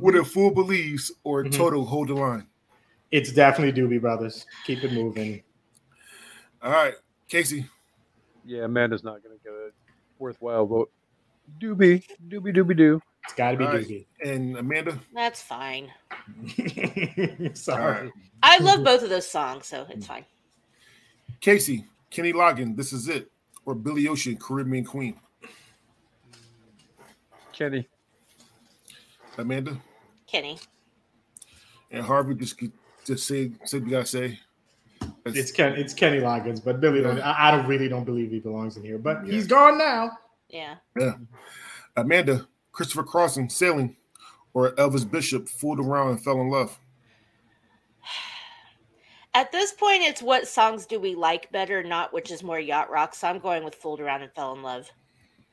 [laughs] With a fool believes or
Mhm.
total hold the line.
[laughs] It's definitely Doobie Brothers. Keep it moving.
All right, Casey,
Yeah, Amanda's not going to get a worthwhile vote. Doobie, doobie, doobie, doo.
It's got to be
All right. and Amanda.
That's fine.
Doobie.
All right,
[laughs] Sorry.
I
Mm-hmm.
love both of those songs, so it's fine.
Casey, Kenny Loggins, this is it, or Billy Ocean, Caribbean Queen.
Kenny.
Amanda
Kenny.
and Harvey, just keep- just say say what you gotta say. That's-
It's Ken. It's Kenny Loggins, but Billy. Don't, I, I don't really don't believe he belongs in here, but he's gone now.
Yeah.
Amanda, Christopher Crossan, Sailing, or Elvis Bishop fooled around and fell in love.
At this point, it's what songs do we like better, not which is more yacht rock. So I'm going with Fooled Around and Fell in
[laughs]
Love.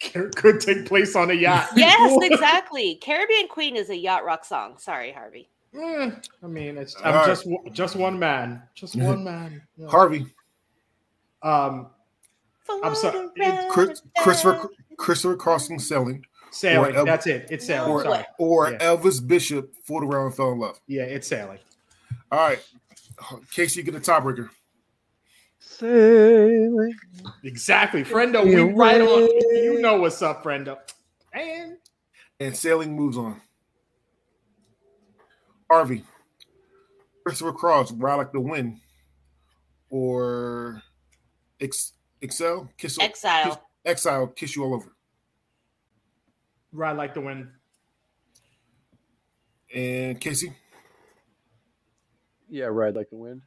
Could take place on a yacht.
[laughs] Yes,
[laughs]
exactly. Caribbean Queen is a yacht rock song. Sorry, Harvey.
Eh, I mean, it's,
All
I'm
right.
just one- just one man. Just one man. Yeah.
Harvey,
Um, I'm sorry,
Float around
Chris,
and
Christopher,
fell-
Christopher Crossan, Sailing,
sailing.
Elvis-
That's it. It's sailing.
or,
Sorry.
or
Yeah.
Elvis Bishop fooled around and fell in love.
Yeah, it's sailing.
All right, Casey, you get a tiebreaker.
Sailing.
Exactly, Friendo. We right on. You know what's up, Friendo. And
And Sailing moves on. Harvey, Christopher Cross, Ride Like the Wind, or Ex- Excel, Kiss, Kiss,
Exile.
Exile, Kiss You All Over.
ride like the wind.
And Casey,
Yeah, ride like the wind.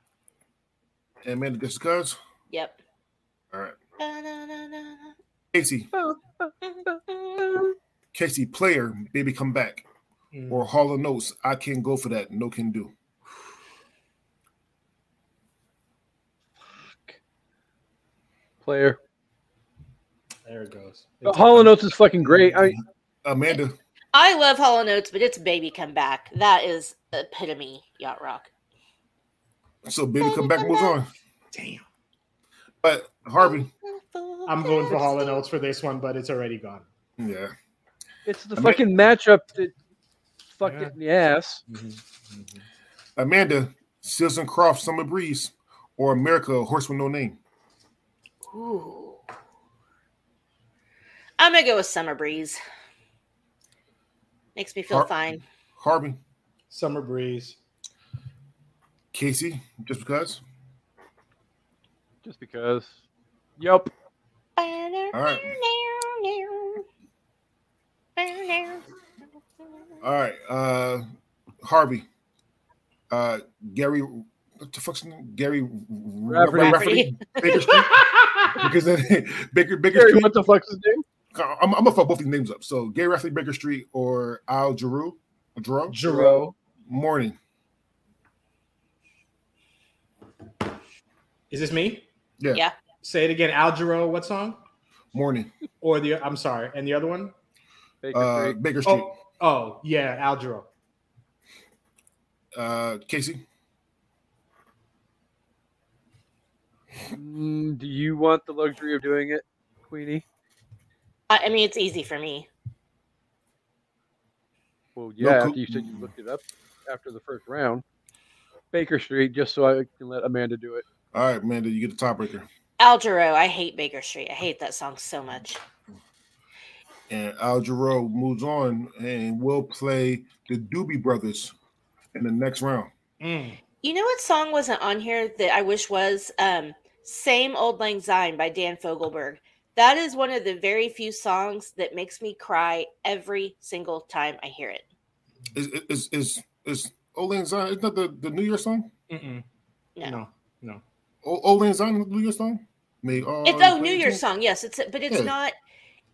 And Amanda just because.
Yep.
All right.
Da-na-na-na-na.
Casey, Casey, player, baby, come back.
Mm.
Mm-hmm. Or Hall of Notes, I can go for that. No can do.
Player.
There it goes.
But Hall and Oates is fucking great. I
Amanda,
I love Hollow Notes, but it's Baby Come Back. That is epitome yacht rock.
so baby, come back moves on.
Damn.
But Harvey,
I'm voting for Hall and Oates for this one, but it's already gone.
yeah,
it's the
I mean-
fucking matchup that fucked
Yeah.
it in the ass.
Amanda, Susan Croft, Summer Breeze, or America, a horse with no name.
Ooh. I'm gonna go with Summer Breeze. Makes me feel
Har-
fine.
Harvey,
Summer breeze.
Casey, just because.
Just because. Yep.
All right. All right, uh, Harvey, uh, Gary, what the fuck's his name? Gary
Rafferty.
Rafferty. Baker [laughs] Street. Because [laughs] Baker, Baker
Gary,
Street.
what the fuck's his name?
I'm, I'm gonna fuck both these names up. So Gary Rafferty, Baker Street, or Al Giroux, Giroux,
Giroux.
Morning.
Is this me?
Yeah.
Yeah.
Say it again. Al Giroux, what song?
Morning.
Or the I'm sorry. And the other one?
Baker
Uh,
Street.
Baker Street.
Oh, oh yeah, Al Giroux.
Uh, Casey,
Mm, do you want the luxury of doing it, Queenie?
I, I mean, it's easy for me.
Well, yeah.
Coop-
after you said you looked it up after the first round. Baker Street, just so I can let Amanda do it.
All right, Amanda, you get the tiebreaker.
Algero, I hate Baker Street. I hate that song so much.
And Al Jarreau moves on and will play the Doobie Brothers in the next round.
Mm.
You know what song wasn't on here that I wish was? Um, Same Old Lang Syne by Dan Fogelberg. That is one of the very few songs that makes me cry every single time I hear it.
Is is is is Olin Zion? Isn't that the, the New Year song?
Mm-mm.
No.
No. No.
O- Olin Zion, the New Year song. May all
It's
your
oh New Year's
praise-
song, yes. It's but it's
Yeah.
not.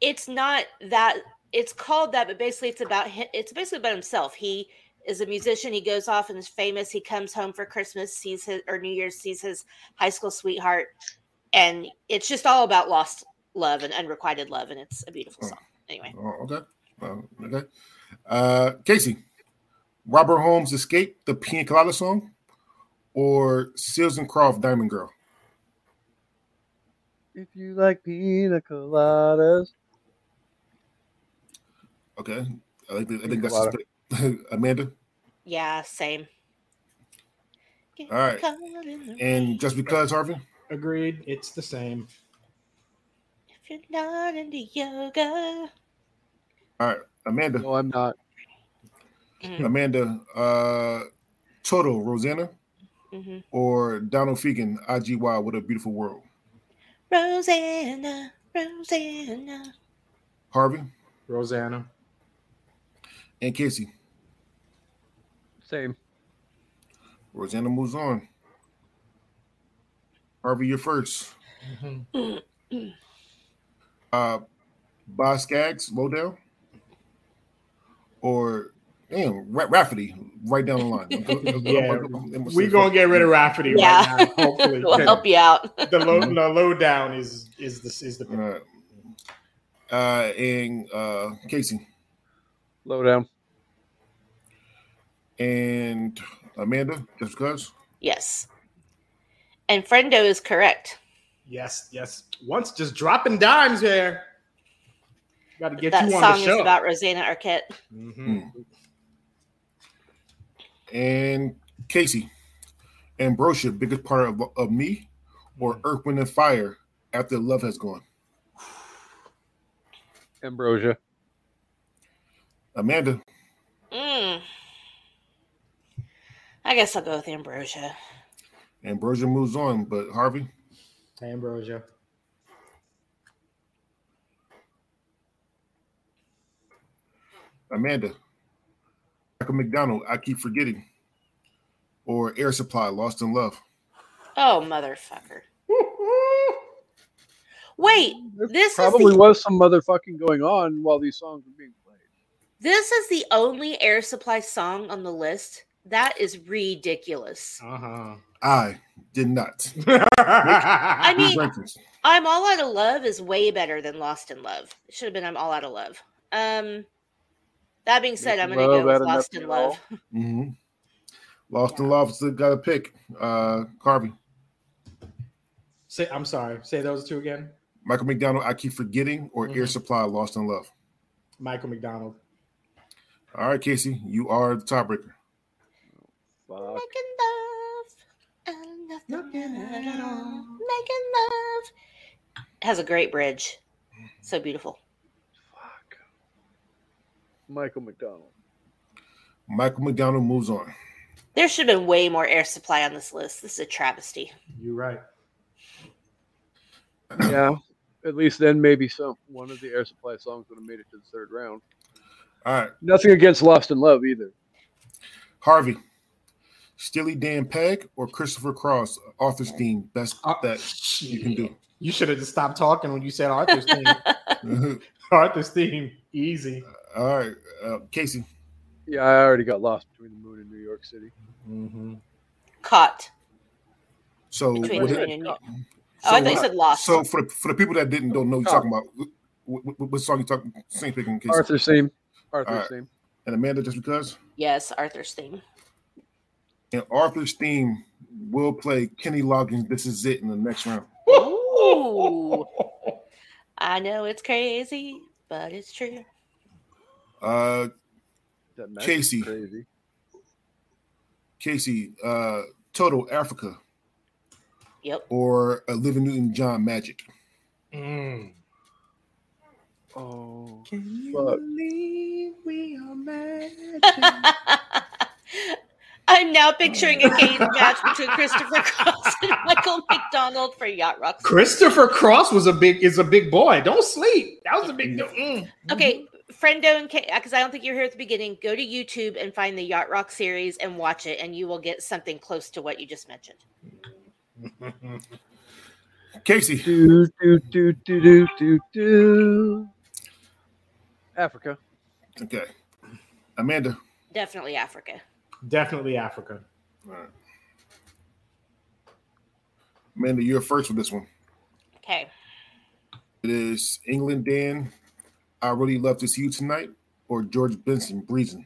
It's not that. It's called that, but basically it's about him. It's basically about himself. He is a musician. He goes off and is famous. He comes home for Christmas, sees his or New Year's, sees his high school sweetheart, and it's just all about lost love and unrequited love, and it's a beautiful
Oh.
song. Anyway,
Oh, okay. Well, okay. Uh, Casey, Robert Holmes Escape, the Pina Colada song, or Seals and Croft Diamond Girl?
If you like pina coladas,
Okay. I think, I think
Pina
that's
Colada.
the split. [laughs] Amanda.
yeah, same.
All right. Eh. And just because, Harvey?
Agreed. It's the same.
if you're not into yoga,
Amanda.
no, I'm not.
Mhm,
Amanda, uh, Toto, Rosanna,
mhm.
or Donald Fegan, IGY, What a Beautiful World.
Rosanna, Rosanna.
Harvey
Rosanna.
and Casey.
Same.
Rosanna moves on. Harvey, you're first. Uh, Bob Skaggs, Lowdell, or damn, Ra- Rafferty, right down the line.
[laughs] Yeah, We gonna get rid of Rafferty
Yeah.
right now. Hopefully,
[laughs] We'll help you out.
the low the lowdown is is the is the
All right. Uh, and uh, Casey
Low down.
and Amanda, just because.
Yes. And Friendo is correct.
yes yes. Once just dropping dimes there. Got to get
that
you on
song
the
is
show.
about Rosanna Arquette.
Mhm.
and Casey, Ambrosia, biggest part of, of me, or Earth, Wind, and Fire after love has gone.
Ambrosia.
Amanda,
Mm. I guess I'll go with Ambrosia.
Ambrosia moves on, but Harvey,
Ambrosia.
Amanda, Michael McDonald, I keep forgetting, or Air Supply, Lost in Love?
Oh, motherfucker. Wait,
There
this
probably
is the,
was some motherfucking going on while these songs were being played.
this is the only Air Supply song on the list. That is ridiculous.
Uh
I did not.
huh.
I
I
mean-
Rankings.
I'm all out of love is way better than Lost in Love. It should have been I'm all out of love. Um, that being said, I'm gonna
Love
go with
out of
Lost
nothing
in
at all.
Love.
Mhm. Lost in Love still got a pick. Uh, Carvey,
say, I'm sorry. Say those two again.
Michael McDonald, I keep forgetting, or Air
Mhm.
Supply, Lost in Love.
Michael McDonald.
All right, Casey, you are the tiebreaker.
Fuck.
Making love out of nothing
Nothing
at
at
all.
all.
Making love has a great bridge. So beautiful.
Fuck. Michael [clears throat] McDonald.
Michael McDonald moves on.
There should have been way more air supply on this list. This is a travesty.
You're right.
Yeah. At least then maybe some one of the Air Supply songs would have made it to the third round.
All right,
Nothing against Lost in Love either.
Harvey, Steely Dan Peg or Christopher Cross, Arthur's theme, best
Ar-
that you can do.
You should have just stopped talking when you said Arthur's theme. Arthur's theme. Easy.
[laughs] All right, uh, Casey,
Yeah, I already got lost between the moon and New York City.
Mm-hmm.
Caught.
so
Between
what-
the moon and
so
Oh, I thought you
what-
said lost. Oh.
So for the, for the people that didn't don't know, you talking about what, what, what song you talking? Same picking, Casey,
Arthur same. Arthur
Alright.
same.
and Amanda, just because.
yes, Arthur's
[laughs]
theme.
And Arthur's theme will play Kenny Loggins. This is it in the next round.
Ooh. I know it's crazy, but it's true.
Uh,
That match is
Casey.
Crazy.
Casey, uh, Total Africa
Yep. [laughs]
or Olivia Newton John Magic.
Mm.
Oh.
Can you
Fuck.
believe we are [laughs] magic?
I'm now picturing a cage match between Christopher [laughs] Cross and Michael McDonald for Yacht Rock.
Christopher Cross was a big is a big boy. Don't sleep. That was a big. Mm.
Okay, friendo and because I don't think you're here at the beginning, go to YouTube and find the Yacht Rock series and watch it, and you will get something close to what you just mentioned.
Casey,
Do do do do do do do. Africa.
okay. Amanda,
Definitely Africa.
Definitely Africa.
All right. Amanda, you're first with this one.
Okay.
It is England Dan. I really love to see you tonight, or George Benson breezing.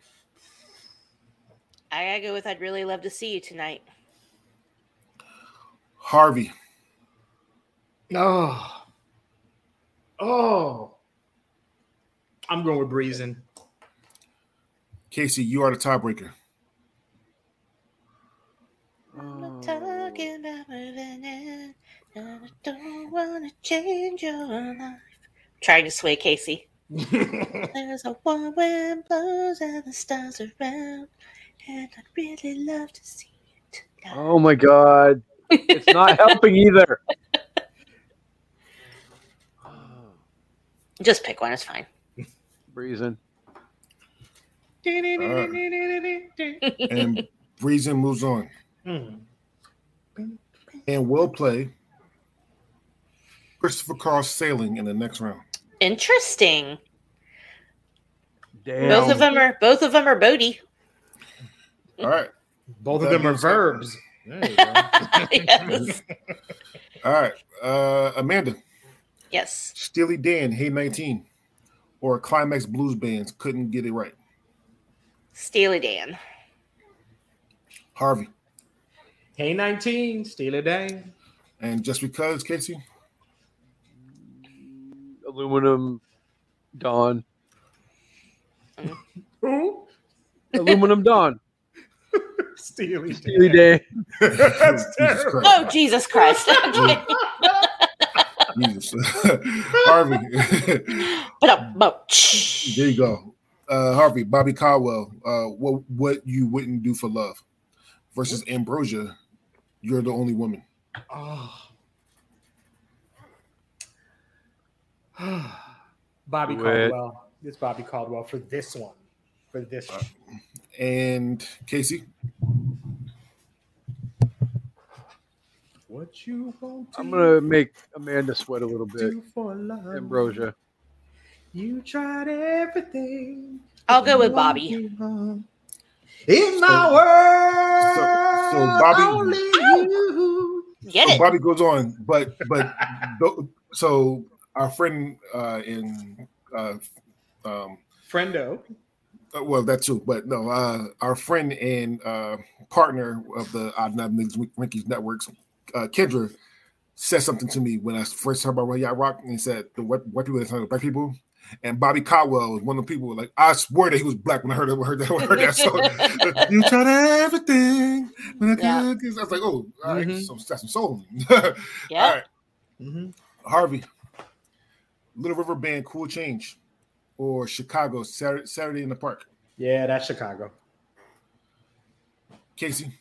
I gotta go with I'd really love to see you tonight.
Harvey,
Oh, oh. I'm going with [laughs] Breezing.
Casey, you are the tiebreaker.
I'm not talking about moving in, and I don't wanna change your life. Trying to sway Casey. There's a warm wind blows and the stars are round, and I'd really love to see it tonight.
Oh my god. It's not helping either. Ah,
Just pick one, it's fine.
Breezing.
[laughs]
And breezing moves on.
Mm.
And will play Christopher Cross sailing in the next round.
Interesting.
Damn.
Both of them are both of them are
[laughs]
Bodie.
All right.
Both of
That
them are
means-
verbs. There you go.
yes.
All right. Uh, Amanda,
yes.
Steely Dan, Hey 19, or Climax Blues Bands couldn't get it right.
Steely Dan.
Harvey.
hey, 19, steal a day.
And just because, Casey, [laughs]
Aluminum Dawn.
Who?
Aluminum Dawn.
Steely.
Steely Dan.
That's
Jesus
terrible.
Christ.
Oh Jesus Christ. Okay.
[laughs] Jesus. [laughs] Harvey.
uh, Ba-dum-bum.
[laughs] there you go. Uh, Harvey, Bobby Caldwell, uh, what what you wouldn't do for love versus Ambrosia, you're the only woman.
Ah. Oh. [sighs] Bobby
Do it.
Caldwell. It's Bobby Caldwell for
Uh,
this one. For this one.
And Casey,
What you want to
I'm gonna make Amanda sweat a little bit.
do for love?
Ambrosia.
You tried everything.
I'll go with Bobby.
In my world,
so- so Bobby-
only you.
Get
So
it?
Oh, Bobby goes on, but but [laughs] tho- so our friend uh, in uh, um,
Friendo.
uh, well that too, but no, uh, our friend and uh, partner of the Odd Not Niggas Wink- Winkies Networks, uh, Kendra, said something to me when I first heard about Red Yacht Rock, and he said the white, white people that's not black people. And Bobby Caldwell was one of the people. Like I swear that he was black when I heard that. Heard that, [laughs] heard
[laughs]
that song. you tried everything. When I,
Yeah. Mm-hmm.
could- I was like, oh, all right,
Mhm.
so that's some soul. [laughs]
Yeah.
All right.
Mm-hmm.
Harvey, Little River Band, Cool Change, or Chicago, Saturday, Saturday in the Park.
Yeah, that's Chicago.
Casey,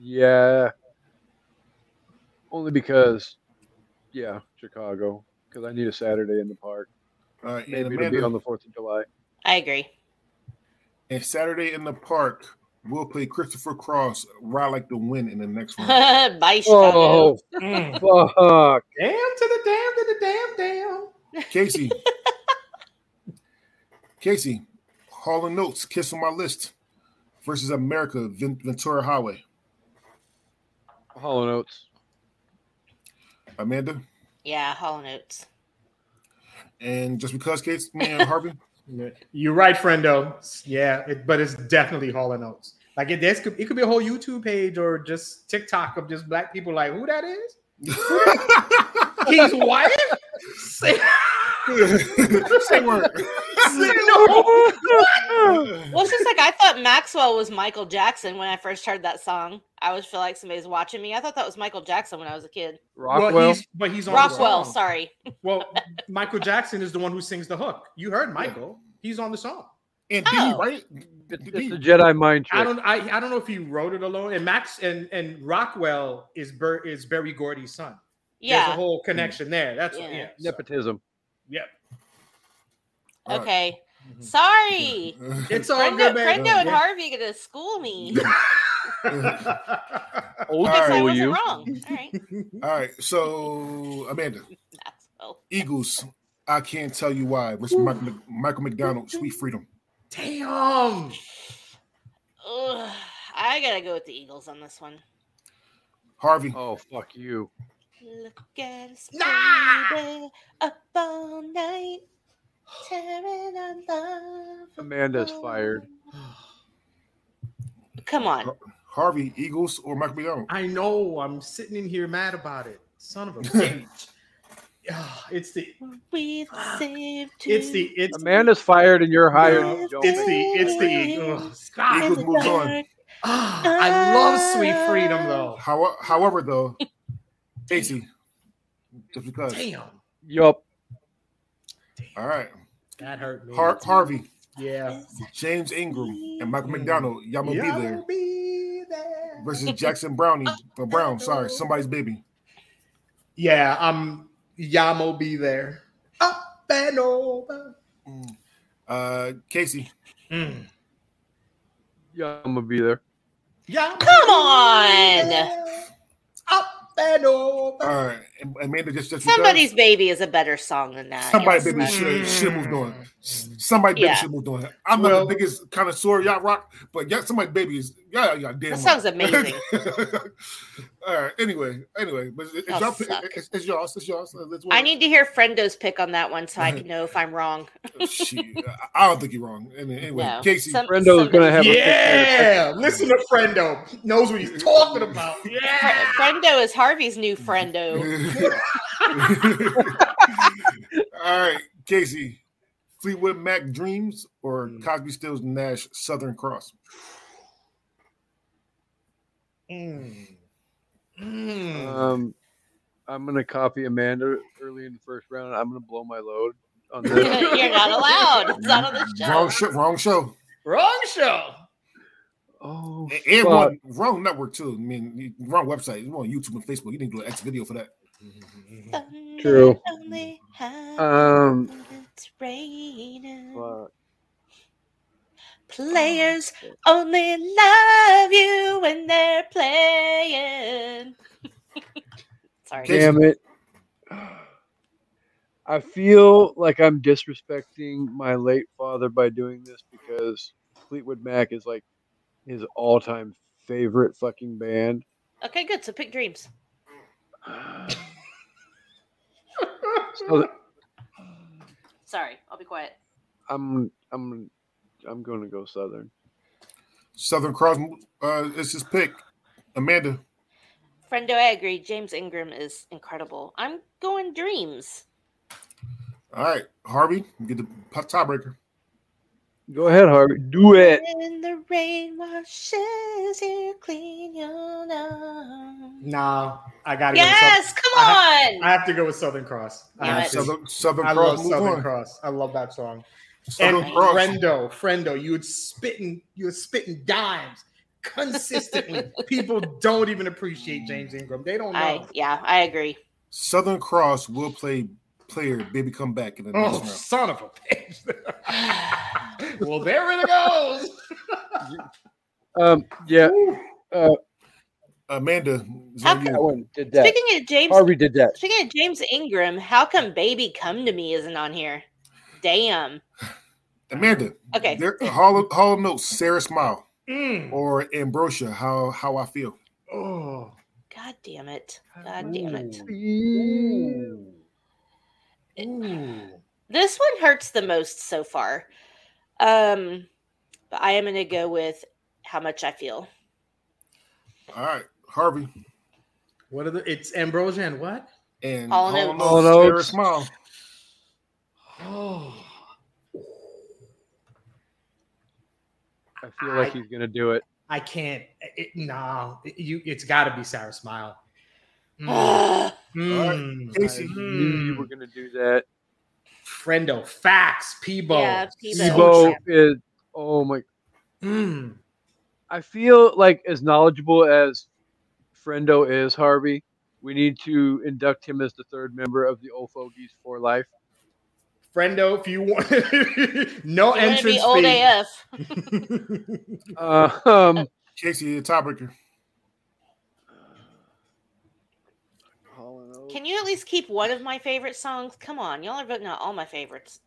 Yeah. Only because, yeah, Chicago. Because I need a Saturday in the park.
uh, and
Maybe it'll be
Amanda,
on the Fourth of July.
I agree. [laughs]
and Saturday in the Park will play Christopher Cross, Ride Like the Wind in the next
[laughs]
round.
Bye, Chicago.
Oh fuck!
Damn to the damn to the damn damn.
Casey, Casey, Hall and Notes, Kiss on My List versus America, Ven- Ventura Highway.
Hollow Notes.
Amanda,
Yeah, Hollow Notes.
and just because, Casey, me and Harvey,
You're right, friendo. Yeah, it, but it's definitely Hall and Oates. Like it, this could, it could be a whole YouTube page or just TikTok of just black people like who that is. He's white. Say,
same word.
say no.
Well, it's just like I thought Maxwell was Michael Jackson when I first heard that song. I always feel like somebody's watching me. I thought that was Michael Jackson when I was a kid.
Rockwell.
Well, he's, but he's on the
Rockwell,
song.
sorry.
Well, Michael Jackson is the one who sings the hook. You heard Michael. He's on the song.
And D,
Oh.
right?
it's,
D.
it's the Jedi mind
I
trick.
don't. I, I don't know if he wrote it alone. And Max and and Rockwell is Bur, is Barry Gordy's son. There's a
Yeah.
whole connection there. That's yeah.
Yeah.
yeah so,
Nepotism.
yep.
All right.
Okay.
Mm-hmm.
Sorry.
Uh,
It's all
Brendo,
good,
Brendo
man.
and Harvey gonna school
[laughs]
me.
Old
Because
Alright.
I
school,
wasn't
you.
wrong. All right.
All right. So, Amanda,
Maxwell.
Eagles, I can't tell you why versus Michael, Mc- Michael McDonald, Sweet Freedom.
Damn.
Ugh, I gotta go with the Eagles on this one.
Harvey,
Oh fuck you.
Look at us,
Nah.
baby, up all night, tearing our love.
Amanda's fired.
apart. Come on.
Oh.
Harvey, Eagles or Michael McDonald?
I know. I'm sitting in here mad about it.
[laughs]
Son of a bitch. Ah, it's the.
We've saved two.
It's the. It's.
Amanda's fired and you're hired.
No,
You don't
it's
make-
the. It's the. ugh,
in
stop.
Eagles
the
moves on.
dark.
Ah, I love sweet freedom though.
How, however,
[laughs]
though, Casey, just because.
Damn.
Yup.
All right.
That hurt me.
Har- Harvey,
Yeah.
James Ingram, and Michael McDonald, y'all gonna be there
be there.
[laughs]
versus Jackson Brownie, or Brown, sorry, somebody's baby.
Yeah, I'm Yamo be there. Up and over.
Mm. Uh, Casey,
Mm.
Yeah, I'm gonna be there.
Yamo
Come
be
on.
there. Up and over.
all right, and uh, Amanda, just, just because.
Somebody's baby is a better song than that.
Somebody
Yes,
baby
but-
should should move on. S- Somebody baby
Yeah.
should move on. I'm
Well-
not the biggest connoisseur of yacht rock, but yeah, somebody baby is yeah yeah damn.
That
right.
sounds amazing.
[laughs] All right. Anyway, anyway, but it's,
Y'all
y'all, uh, pick-
suck.
it's, it's y'all's. It's y'all's. That's what-
I need to hear Frendo's pick on that one
[laughs]
so I can know if I'm wrong.
She, Oh, I don't think you're wrong. Any- Anyway,
No.
Casey, [laughs]
Some-
Brendo's gonna have a
Yeah, listen to Friendo. He knows what he's talking about.
Fre-
Yeah.
Frendo is Harvey's
[laughs]
new Frendo.
All right, Casey, Fleetwood Mac Dreams or Cosby Stills Nash Southern Cross.
Mm.
picture.
Mm.
Um, I'm gonna copy Amanda early in the first round. I'm gonna blow my load on
[laughs]
this.
You're not allowed. It's not on the show.
Wrong show. Wrong show.
Wrong show.
oh,
And- And
Fuck.
wrong, wrong network too. I mean, you- wrong website. You on YouTube and Facebook. You didn't do an X video for that.
Thunder
True.
only happens
um,
when it's raining.
fuck.
Players only love you when they're [laughs]
damn it. [sighs] I feel like I'm disrespecting my late father by doing this because Fleetwood Mac is like his all time favorite fucking band. [sighs]
Okay, good. So pick dreams.
So
Sorry, I'll be quiet.
I'm I'm I'm gonna go southern.
Southern Cross uh, is his pick. Amanda,
Friendo, I agree. James Ingram is incredible. I'm going dreams.
all right. Harvey, get the p- tiebreaker.
Go ahead, Harvey. Do it.
When the rain washes you clean, you'll know.
Nah, I gotta
Yes,
go.
come
I ha-
on.
I have to go with Southern Cross. I,
Yeah,
have
Yes.
to.
Southern, Southern
I love
Cross, move
Southern
on.
Cross. I love that song.
Southern
And
Cross.
Frendo, Frendo, you would spitting, you were spitting dimes
[laughs]
consistently. People don't even appreciate James Ingram. They don't know.
I yeah, I agree. [sighs]
Southern Cross will play player baby come back in the
oh,
next round.
son of a bitch. [laughs] well, there it goes.
Um yeah,
Amanda, is that
How come-
you?
that one did that.
Speaking of James,
Harvey did that.
speaking of James Ingram, how come "Baby Come to Me" isn't on here? Damn.
Amanda,
Okay,
there, uh, Hall, of, Hall of Notes, Sarah Smile
Mm.
or Ambrosia, how how I feel.
Oh,
God damn it. God damn it.
Ooh. Ooh.
This one hurts the most so far. Um, but I am gonna go with how much I feel.
All right, Harvey
What are the? It's Ambrosia and what?
and
Hall
Hall
of
of Notes,
Notes.
Hall of
Sarah
Notes.
Smile.
Oh,
I feel like he's gonna do it.
I can't. It, nah, it- you. It's got to be Sarah Smile.
Hmm. [sighs]
[gasps] Mm.
Ugh.
Mm.
Casey.
I knew you were gonna do that.
Friendo, facts, Peebo.
Yeah, Peebo.
Social.
Debo is oh my
Mm.
I feel like as knowledgeable as Friendo is, Harvey, we need to induct him as the third member of the Old Fogies for life.
Friendo, if you want [laughs] no
You wanna
entrance
be old
fee.
AF.
Uh,
[laughs]
um,
Casey, the tiebreaker.
Can you at least keep one of my favorite songs? Come on, y'all are voting out all my favorites.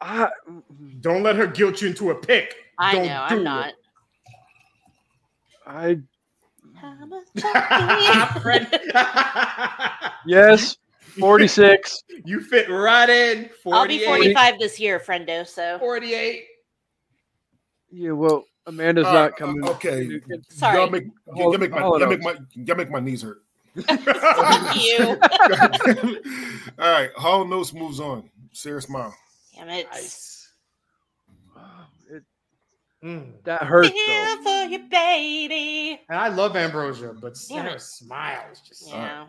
I,
Don't let her guilt you into a pick.
I
Don't
know,
do
I'm
it.
not.
I
I'm a [laughs] junkie.
Friend-
yes, forty six.
[laughs] you fit right in. 48,
I'll be 45 this year, friendo. So
48.
yeah, well, Amanda's
Uh,
not coming.
okay.
Sorry.
Y'all make, y'all make, my,
Hall of
y'all make my y'all make my knees hurt.
fuck
[laughs]
you.
All right, Hall of Notes moves on. Sarah Smile.
Damn it.
Nice.
It,
Mm.
that hurts
Here
though.
for you, baby.
And I love Ambrosia, but Sarah
Yeah.
smiles. Just
You know,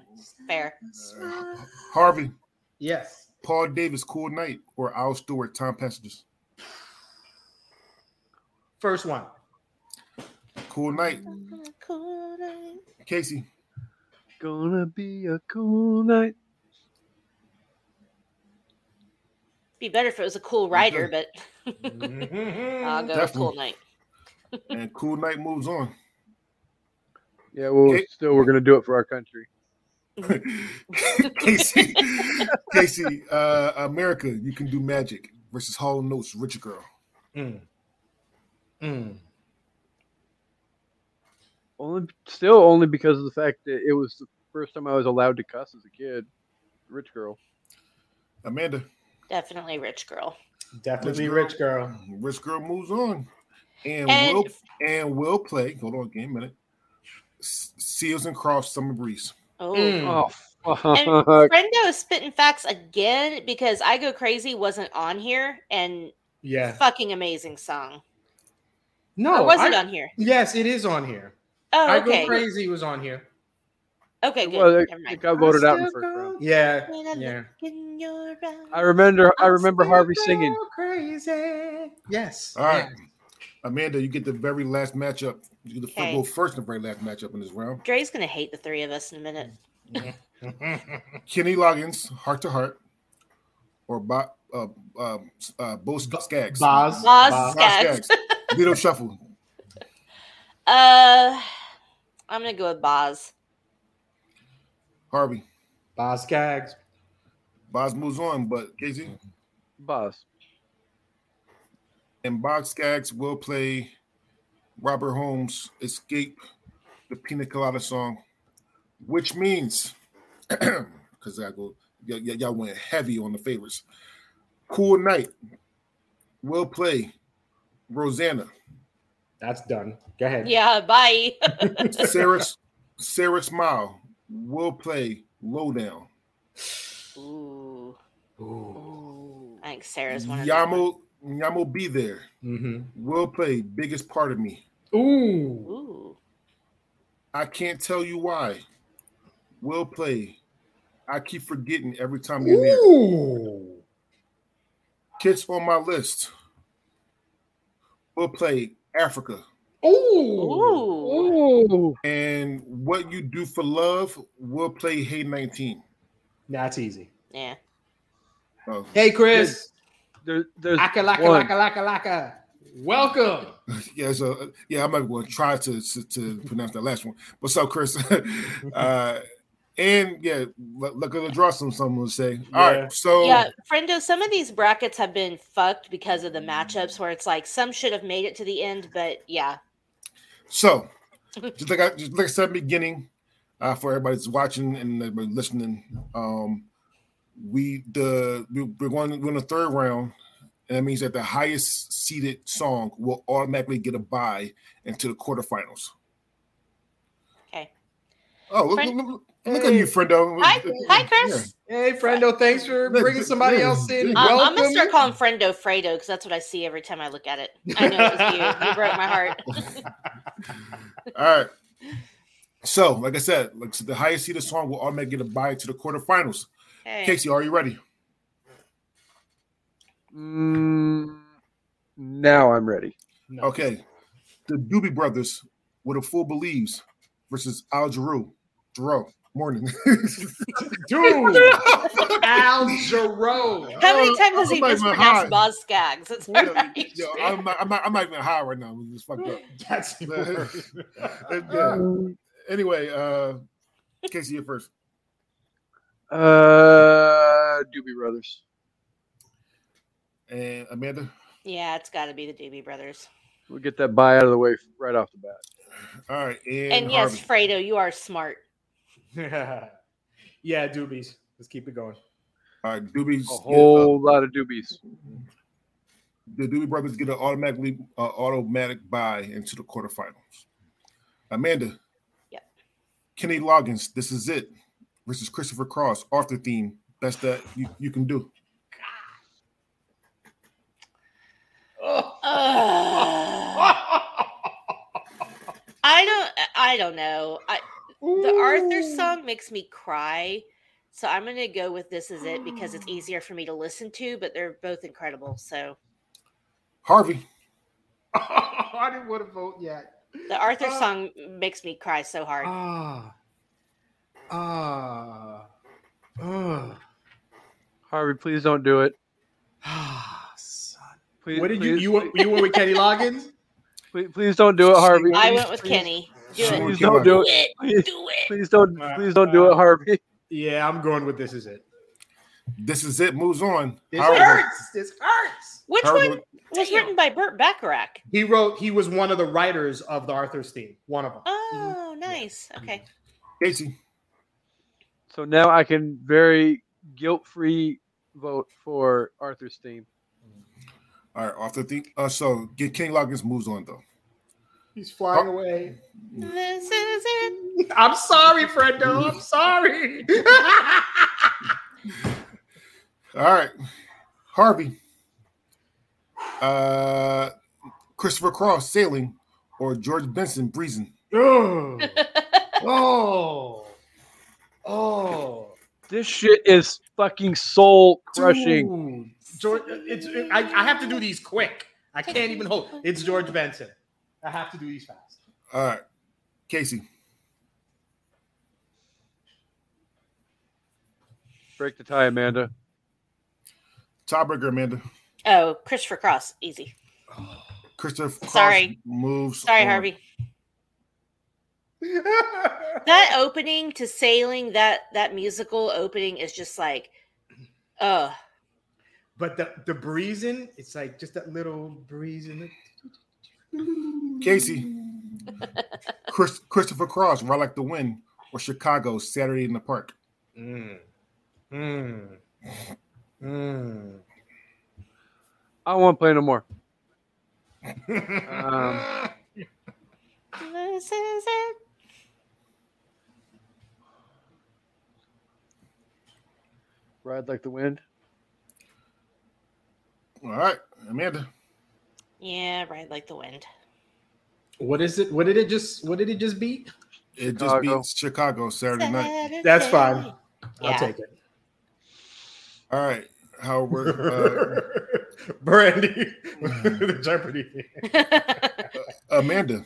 fair.
Uh, Harvey,
yes.
Paul Davis, Cool Night, or Al Stewart, Time Passengers.
First one.
Cool Night,
Mm-hmm.
Casey,
Gonna be a cool night.
Be better if it was a cool rider, but [laughs] uh, I'll
Mhm.
go with cool night.
and Cool Night moves on. [laughs]
Yeah, well,
Okay.
still, we're gonna do it for our country.
Casey, Casey, uh, America, you can do magic versus Hall of Notes, Richer Girl.
Mm. Mm.
Only, still, only because of the fact that it was the first time I was allowed to cuss as a kid. Rich girl.
Amanda,
Definitely rich girl.
Definitely
Rich girl.
rich girl.
Rich Girl moves on, and,
And-
will and will play. Hold on, give me a minute. S- Seals and Crofts, Summer Breeze.
Oh,
Mm.
Oh
And
[laughs]
fuck!
Friendo is spitting facts again because I Go Crazy wasn't on here and
Yeah.
fucking amazing song.
No.
or was it
I-
on here?
Yes, it is on here.
Oh,
I
okay.
Go Crazy was on here.
Okay, good.
[laughs] Well, I
Never
think
mind.
I voted out in the first round.
Yeah.
When I
Yeah.
look in your eyes.
I remember. I
I'm
remember
still
Harvey singing.
Go Crazy. Yes.
All right, Amanda, you get the very last matchup. You get the
Okay.
go first in the very last matchup in this round.
Dre's gonna hate the three of us in a minute.
Yeah.
Kenny Loggins, Heart to Heart, or Bob, uh, uh, uh, Bo Sc- Skaggs.
Boz.
Boz
Boz
Skaggs.
Beatles Shuffle.
Hmm.
Uh, I'm gonna go with Boz.
Harvey.
Boz Gags.
Boz moves on, but Casey
Boss.
and Boz Skaggs will play Robert Holmes' Escape the Pina Colada song, which means, [clears throat] because I go, y- y- y'all went heavy on the favorites. Cool Night will play Rosanna.
That's done. Go ahead.
Yeah, bye.
Sarah, Sarah Smile will play Lowdown.
Ooh, ooh. I think Sarah's one of them.
Yamo, Yamo Be There
Mm-hmm.
will play Biggest Part of Me.
Ooh.
Ooh,
I Can't Tell You Why will play I Keep Forgetting Every Time You're Near.
Ooh.
Kids on My List will play Africa.
Ooh.
ooh.
Oh,
And What You Do for Love will play Hey 19.
That's easy.
Yeah.
Oh,
Hey, Chris.
there, there's
Laka, laka,
one.
laka, laka, laka. Welcome.
yeah, so uh, yeah, I'm not going to try to, to to pronounce that last one. What's up, Chris? [laughs] uh, and yeah, look look at the draw. Some someone would say. All right,
Yeah.
so
Yeah, friendo, some of these brackets have been fucked because of the matchups where it's like some should have made it to the end, but yeah.
So, just like I just like I said at the beginning, uh, for everybody that's watching and everybody listening, um, we the we, we're going we're in the third round, and that means that the highest seeded song will automatically get a bye into the quarterfinals.
Okay.
Oh, look,
Friend- Mm.
look, look, look at you, friendo.
Hi, hi, Chris.
Hey, friendo. Thanks for bringing somebody else in.
Yeah.
Um, I'm
Welcome.
gonna start calling friendo Fredo because that's what I see every time I look at it. I know it was you. You broke my heart.
All right. So, like I said, like so the highest seeded song will automatically get a bye to the quarterfinals.
Hey.
Casey, are you ready?
Mm, now I'm ready.
No.
Okay. The Doobie Brothers with a full believes versus Al Jarreau. Jarreau. Morning. [laughs]
Dude. Al Jarreau.
[laughs] How many times has he
I'm not even high.
mispronounced Boz Skaggs? It's all
Yo,
right.
yo, I'm, not, I'm, not, I'm not even high right now. We just fucked up.
That's yours.
[laughs]
Yeah.
Um,
Anyway, uh, Casey, you're first.
Uh, Doobie Brothers.
And Amanda.
Yeah, it's got to be the Doobie Brothers.
We'll get that buy out of the way right off the bat.
All right. And,
And, yes,
Harvey.
Fredo, you are smart.
[laughs] yeah, doobies. Let's keep it going.
All right. Doobie's,
A whole lot of doobies.
the Doobie Brothers get an automatically uh, automatic buy into the quarterfinals. Amanda.
Yep.
Kenny Loggins, this is it versus Christopher Cross, Arthur theme. Best that you, you can do.
Oh.
Ugh. I don't. I don't know. I, the Arthur song makes me cry, so I'm gonna go with "This Is It" because
[gasps]
it's easier for me to listen to. But they're both incredible. So
Harvey.
[laughs] I didn't want to vote yet.
the Arthur
Ah.
song makes me cry so hard.
Ah. Ah. [sighs] Ah.
Harvey, please don't do it.
Ah. son.
Please,
What did you
please,
you went- you went with Kenny Loggins? [laughs]
Please, please don't do it, Harvey.
I went with Kenny. Do
Sure.
it.
Please don't
Do
do it.
it.
Please,
Do it.
please don't. Please don't do it, Harvey.
Yeah, I'm going with this is it.
This is it. Moves on.
This
Howard.
hurts. This hurts.
Which
Howard,
one was
Damn. Mm,
written by Burt Bacharach?
He wrote. He was one of the writers of the Arthur's theme. One of them.
Oh, nice. Okay.
Casey.
So now I can very guilt-free vote for Arthur's theme.
All right. Arthur theme. Uh, so get Kenny Loggins moves on though.
He's flying
Oh.
away.
This is it.
[laughs] I'm sorry, Fredo. [laughs] I'm sorry.
All right. Harvey. Uh, Christopher Cross sailing or George Benson breezing.
Ugh. oh. Oh.
This shit is fucking soul crushing.
Dude. George, it's it- I, I have to do these quick. I can't even hold. It's George Benson. I have to do these [laughs] fast.
All right. Casey.
Break the tie, Amanda.
Tiebreaker, Amanda.
Oh, Christopher Cross. Easy.
Christopher Cross
Sorry.
Oh.
moves.
Sorry,
on.
Harvey. that opening to sailing that that musical opening is just like
Mm.
uh
but the the breezing, it's like just that little breeze in it.
Casey, Chris, Christopher Cross, Ride Like the Wind, or Chicago, Saturday in the Park.
Mm. Mm. Mm. [laughs]
I won't play no more.
Um,
this is it
Ride like the wind.
All right, Amanda.
yeah right like the wind
what is it? What did it just? What did it just beat?
It just
Chicago.
beats Chicago Saturday night.
That's fine.
Yeah.
I'll take it.
All right, uh,
[laughs]
Howard,
[laughs]
[laughs]
Brandy, [laughs] the Jeopardy.
uh, Amanda.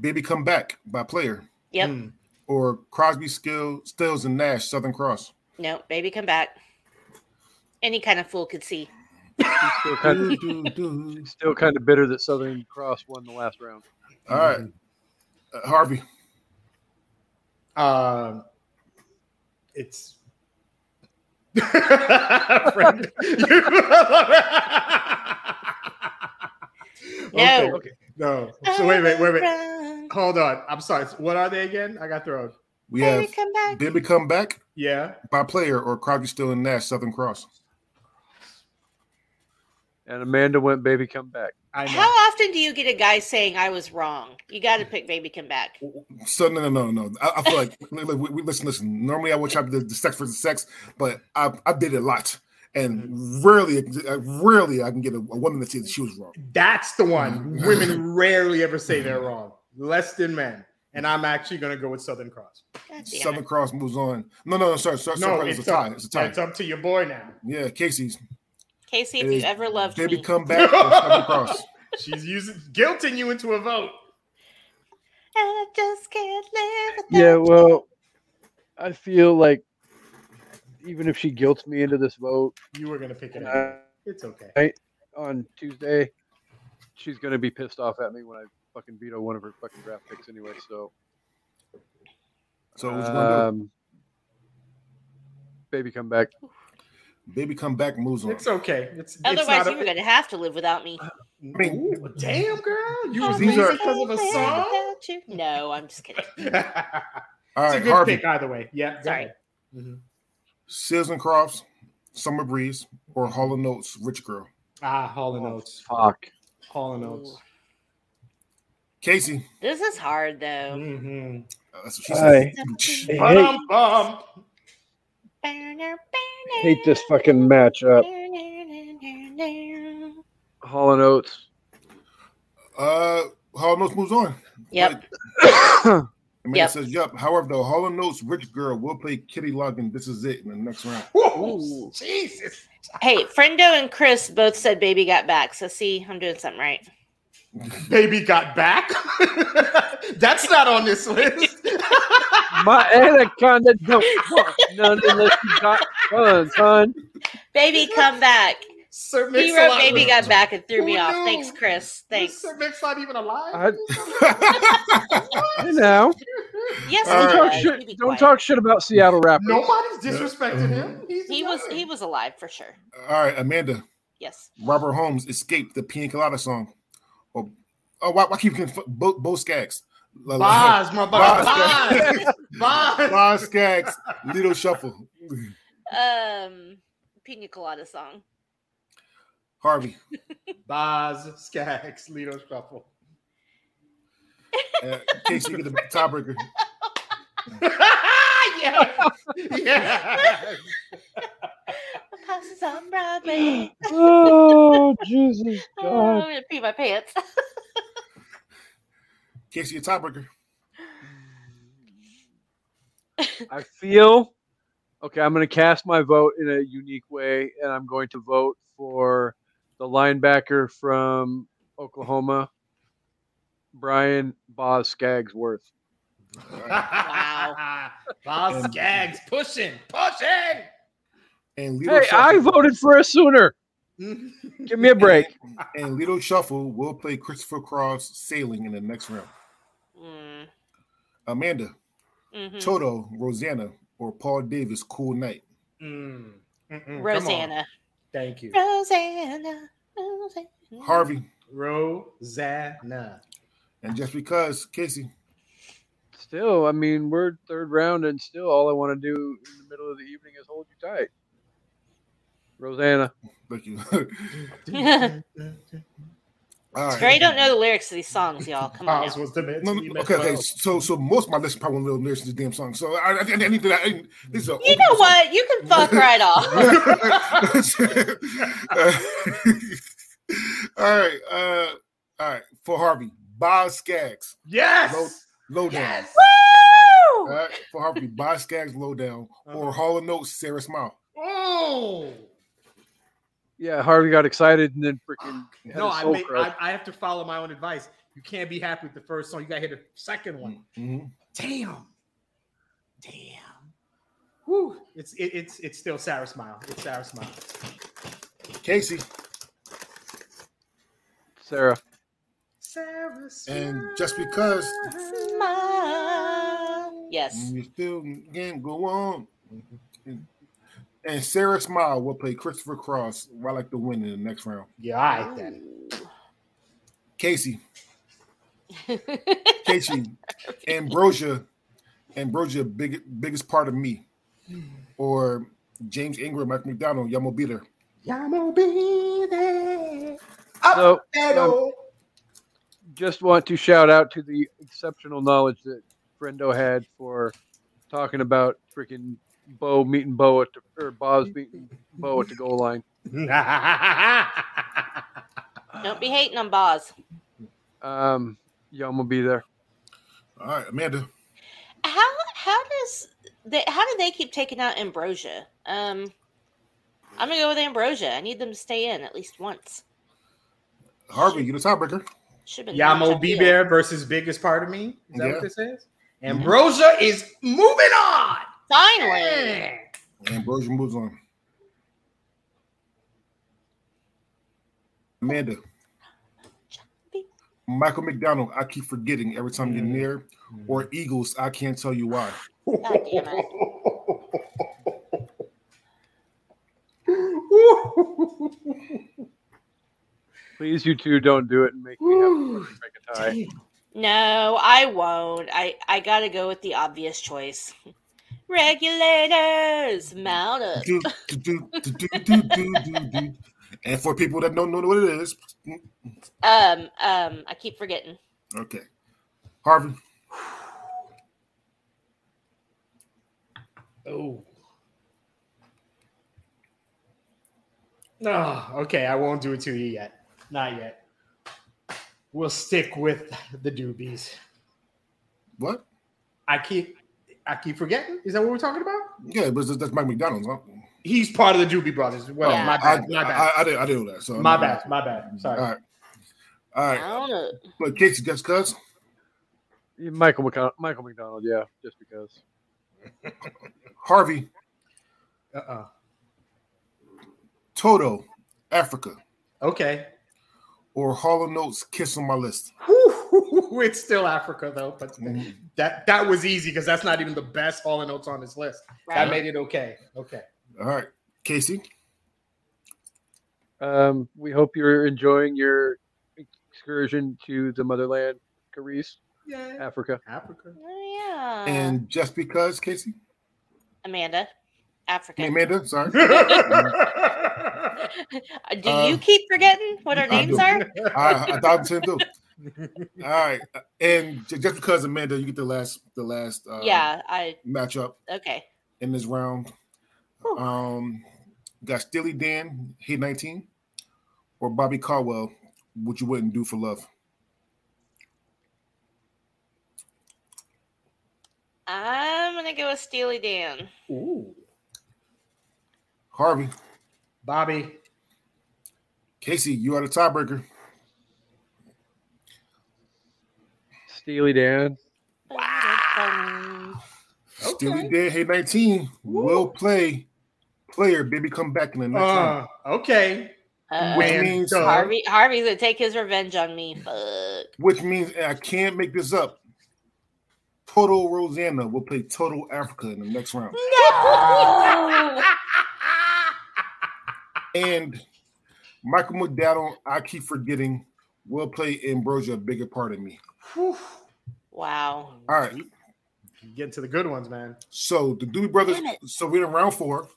Baby Come Back by Player
yep
Mm.
or Crosby, Skill, Stills, and Nash, Southern Cross.
[laughs] no baby come back any kind of fool could see
She's still kind of,
Do, do, do.
she's still kind of bitter that Southern Cross won the last round.
All right, uh, Harvey.
Um, it's. [laughs] Friend, you- Okay, okay. No. So wait, wait,
[laughs]
wait, wait.
Run,
Hold on. I'm sorry. What are they again? I got thrown.
We
baby
have
come back
Baby Come Back
Yeah.
by Player or Crosby, Still, and Nash, Southern Cross.
And Amanda went, baby, come back.
I know.
how often do you get a guy saying i was wrong you got to pick baby come back
So no, no, no, no. I, I feel like [laughs] li- li- we, we listen, listen. Normally, I would try to do the sex versus sex, but I I did it a lot,
Mm.
and rarely, I- rarely, I can get a, a woman to say that she was wrong.
That's the
[laughs]
one. Women rarely ever say they're wrong. Less than men. And I'm actually going to go with Southern Cross.
God damn
Southern
it.
Cross moves on. No, no, no. Sorry, sorry,
No,
sorry
it's,
it's, a tie.
up,
It's a tie.
it's up to your boy now.
yeah, Casey's.
casey
It
if
is
you ever loved
They
me
become back. or
[laughs]
Southern Cross.
She's using guilting you into a vote.
i just can't live without
Yeah, well, I feel like even if she guilts me into this vote
You were going to pick it up.
uh,
It's okay.
on Tuesday, she's going to be pissed off at me when I fucking veto one of her fucking draft picks anyway. So,
So who's gonna
um, baby, come back.
do? Baby come back moves on.
It's okay. It's it's
Otherwise,
not
you were going to have to live without me.
mean-
Ooh, damn girl, you
I
was
These
leaving
are-
because of a
can't live
song.
[laughs]
[laughs]
without you. No, I'm just kidding.
it's
All
a
right,
good
Harvey.
pick either way. Yeah, go
Sorry.
ahead. Mhm.
Seals and Crofts, Summer Breeze, or Hall and Oates, Rich Girl.
Ah, Hall and Oates.
Fuck.
Hall and Oates.
Casey.
This is hard, though.
Mm-hmm.
Uh, that's what she said.
I
But
hate,
um, bum.
hate this fucking matchup. Hall and Oates.
Uh, Hall and Oates moves on.
Yep.
Man
Yep.
says, "Yep." However, the Hall and Notes Rich Girl will play Kitty Logan. This is it in the next round.
Whoa, Jesus.
Hey, Friendo and Chris both said baby got back. So, see, I'm doing something right.
Baby got back. [laughs] That's not on
[laughs]
this list.
[coughs] My anaconda don't want none unless you got guns, hon.
Baby, come back.
Sir
He
Mix
wrote baby got back and
Oh,
threw
Who
me off.
knew?
Thanks, Chris. Thanks.
Sir Mix not even
I-
alive.
You know,
Yes,
All
don't
right.
he
talk
was. You
shit.
be
Don't
quiet.
talk shit about Seattle rappers.
Nobody's disrespecting
Mm-hmm.
him. He's
He was
alive.
he was alive for sure.
All right, Amanda.
Yes.
Robert Holmes escaped the Pina Colada song. Oh, oh why, why keep getting fu- Bo, Bo Skaggs? La- la- [laughs]
Boz, motherfucker. Boz. Boz.
Boz Skaggs, Little Shuffle.
Um, pina colada song.
Harvey.
Boz, Skaggs, Lido
[laughs]
Shuffle.
Uh, Casey, you get the tiebreaker.
yeah. Yeah.
Passes on
[gasps]
Broadway.
Oh Jesus
Oh, I'm
God!
gonna pee my pants.
Casey, your tiebreaker.
[laughs] I feel okay. I'm going to cast my vote in a unique way, and I'm going to vote for the linebacker from Oklahoma, Brian Boz Skaggsworth.
Wow.
Boz, Skaggs, pushing, pushing.
And Lilo
Hey, I
Shuffle,
voted for a Sooner.
Mm-hmm.
Give me a break.
and Little Shuffle will play Christopher Cross Sailing in the next round.
Mm.
Amanda,
Mhm.
Toto, Rosanna, or Paul Davis, Cool Night.
Mm. Mm-mm, come on.
Rosanna.
Thank you.
Rosanna. Rosanna.
Harvey,
[laughs]
Rosanna.
and just because, Casey.
Still, I mean, we're third round, and still, all I want to do in the middle of the evening is hold you tight. Rosanna,
Thank you. [laughs] All
It's
right.
great. I don't know the lyrics to these songs, y'all. Come
Ah,
on.
Oz
now.
was the man.
No, no, okay, okay. So, so most of my listeners probably don't know the lyrics to this damn song. So, I, I, I need to. I, these are
You know what? You can
[laughs]
fuck right [laughs] off.
[laughs] all right, uh, all right. For Harvey, Bob Skaggs,
Yes.
low down.
Yes.
All right, for Harvey, Bob Skaggs, low down, or
Uh-huh.
Hall and Notes, Sarah Smile.
Oh.
yeah, Harvey got excited and then freaking had
No,
a
I,
soul
made,
crush.
I I have to follow my own advice. You can't be happy with the first song. You got to hear the second one.
Mhm.
Damn. Damn. Woo. It's it, it's it's still Sarah Smile. It's Sarah Smile.
Casey
Sarah,
Sarah Smile.
and just because
Smile. Yes.
you still can go on, Mm-hmm. and Sarah Smile will play Christopher Cross. I like to win in the next round.
Yeah, all right then.
Casey, Mm. Casey, Ambrosia, Ambrosia, big, biggest part of me, or James Ingram, Mike McDonald, Yamo Beater.
Y'all gonna be there.
So,
Up
um, just want to shout out to the exceptional knowledge that Brendo had for talking about freaking Bo meeting Bo at the, or Boz meeting Bo at the goal line.
[laughs] Don't be hating on Boz.
Um, y'all will be there.
All right, Amanda.
How how does they how do they keep taking out Ambrosia? Um I'm gonna go with Ambrosia. I need them to stay in at least once.
Harvey, you're the tiebreaker.
Should have been
Yamo
Bichon
B
Hill.
Bear versus biggest part of me. Is that
Yeah.
what this is? Ambrosia is moving on.
Finally.
Yeah.
Ambrosia moves on. Amanda. Michael McDonald, I keep forgetting every time you're near, or Eagles, I can't tell you why.
God damn it.
Please, you two don't do it and make me have to
Ooh,
fucking break a tie.
No, I won't. I I gotta go with the obvious choice. Regulators, mount up.
Do, do, do, do, do, do, do, do. And for people that don't know what it is,
Um, um, I keep forgetting.
okay. Harvey,
Oh. No, Ah, okay, I won't do it to you yet. Not yet. We'll stick with the doobies.
what?
I keep I keep forgetting. Is that what we're talking about?
Yeah, but that's- that's Mike McDonald's. Huh?
He's part of the Doobie Brothers. Well,
Yeah.
my bad.
I,
My bad.
I, I, didn't, I didn't know that. So uh,
my bad. My bad.
All
Sorry.
right. All right.
Mount up.
But Casey, just cuz.
Yeah, Michael McCon- Michael McDonald, yeah, just because.
Harvey,
Uh-uh.
Toto, Africa,
Okay.
or Hall and Notes, Kiss on My List.
Whew, [laughs] it's still Africa though, but
Mhm.
that that was easy because that's not even the best Hall and Notes on this list.
Right.
That made it okay. Okay.
All right. Casey,
Um, we hope you're enjoying your excursion to the motherland, Carice,
Yeah.
Africa.
[laughs]
Africa. [laughs]
Oh, yeah.
and just because, Casey,
Amanda, Africa.
Amanda, sorry.
[laughs]
Uh, Do
Uh,
you keep forgetting what our
I
names
do.
are?
I, I thought
[laughs]
too. All right, and ju- just because Amanda, you get the last, the last uh,
yeah, I
matchup
okay.
in this round.
Whew.
Um, got Steely Dan, Hey 19, or Bobby Caldwell, What You Wouldn't Do for Love.
I'm gonna go with Steely Dan.
Ooh.
Harvey,
Bobby.
Casey, you are the tiebreaker.
Steely Dan.
Wow.
Steely Dan, Hey 19 will play player, baby, come back in the next round.
Uh, okay.
Uh,
Wait.
When
means
the- [laughs]
Harvey, Harvey's gonna take his revenge on me. Fuck.
Which means and I can't make this up. Total Rosanna will play Total Africa in the next round.
No.
And Michael McDowell, I keep forgetting, will play Ambrosia, a bigger part of me.
wow.
All right.
Getting to the good ones, man.
So the Doobie Brothers.
Damn it.
So we're in round four.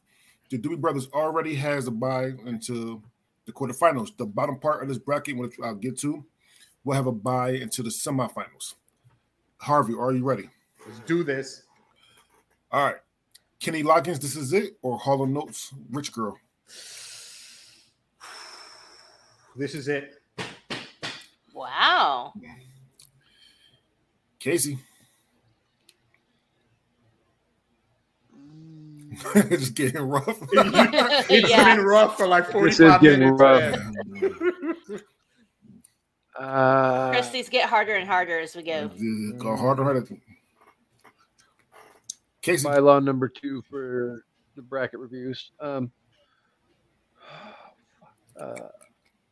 The Doobie Brothers already has a bye into the quarterfinals. The bottom part of this bracket, which I'll get to, will have a bye into the semifinals. Harvey, are you ready?
Let's do this.
All right. Kenny Loggins, this is it, or Harlow Notes, Rich Girl.
This is it.
Wow.
Casey. [laughs]
Mm.
it's getting rough. [laughs]
It's
[laughs] yeah.
been rough for like
This is
45
getting
minutes.
rough.
man.
Uh,
Christies get harder and harder as we go.
Mm. Go harder, harder. Casey.
my law number two for the bracket reviews. Um, [sighs] uh,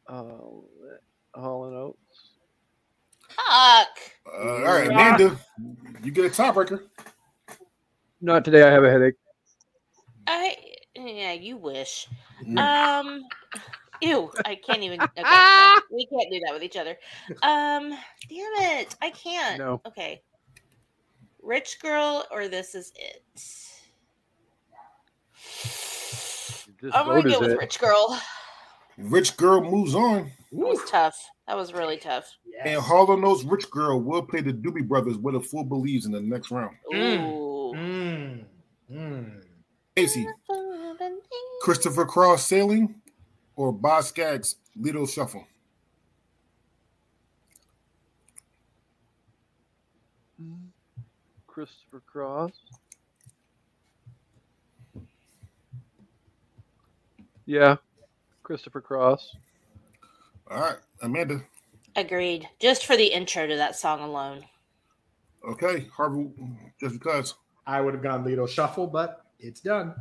uh, Hall and Oates.
Fuck.
Uh, all right, Amanda, you get a tiebreaker.
Not today. I have a headache.
I yeah, you wish.
Mm.
Um ew, I can't even okay, no, we can't do that with each other. Um damn it. I can't.
No.
Okay. Rich girl or this is it.
This
I'm gonna go
vote is
with
it.
Rich Girl.
Rich girl moves on,
That was tough. That was really tough.
Yes.
and Harlow knows Rich girl will play the Doobie Brothers with a fool believes in the next round.
Mm.
Ooh.
Mm. Mm.
Casey, Christopher Cross sailing, or Bob Skaggs Lido shuffle.
Christopher Cross. Yeah, Christopher Cross.
All right, Amanda.
Agreed. Just for the intro to that song alone.
Okay, Harvey, just because.
I would have gone Lido Shuffle, but it's done.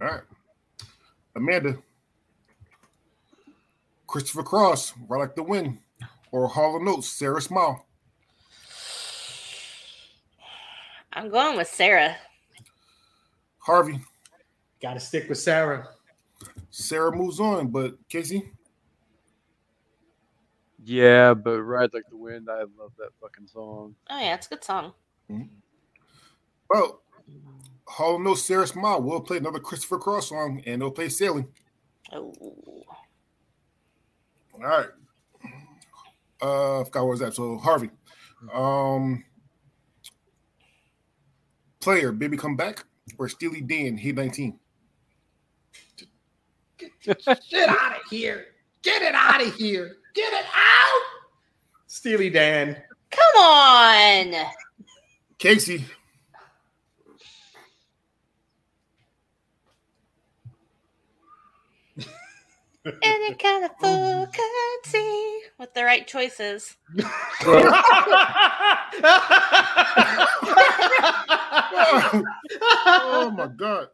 All right, Amanda. Christopher Cross, right like the wind, or Harlow Notes, Sarah Smile.
I'm going with Sarah.
Harvey,
Got to stick with Sarah.
Sarah moves on, but Casey,
Yeah, but Ride Like the Wind. I love that fucking song.
Oh yeah, it's a good song.
well, Hall no Sarah Smile will play another Christopher Cross song and they'll play Sailing.
Oh.
All right. Uh I forgot what was that. So Harvey. Um player, baby come back, or Steely Dan, he 19.
[laughs] Get out of here. Get it out of here. Get it out. Steely Dan.
Come on.
Casey,
Any kind of full currency with the right choices.
oh, my
[laughs]
god.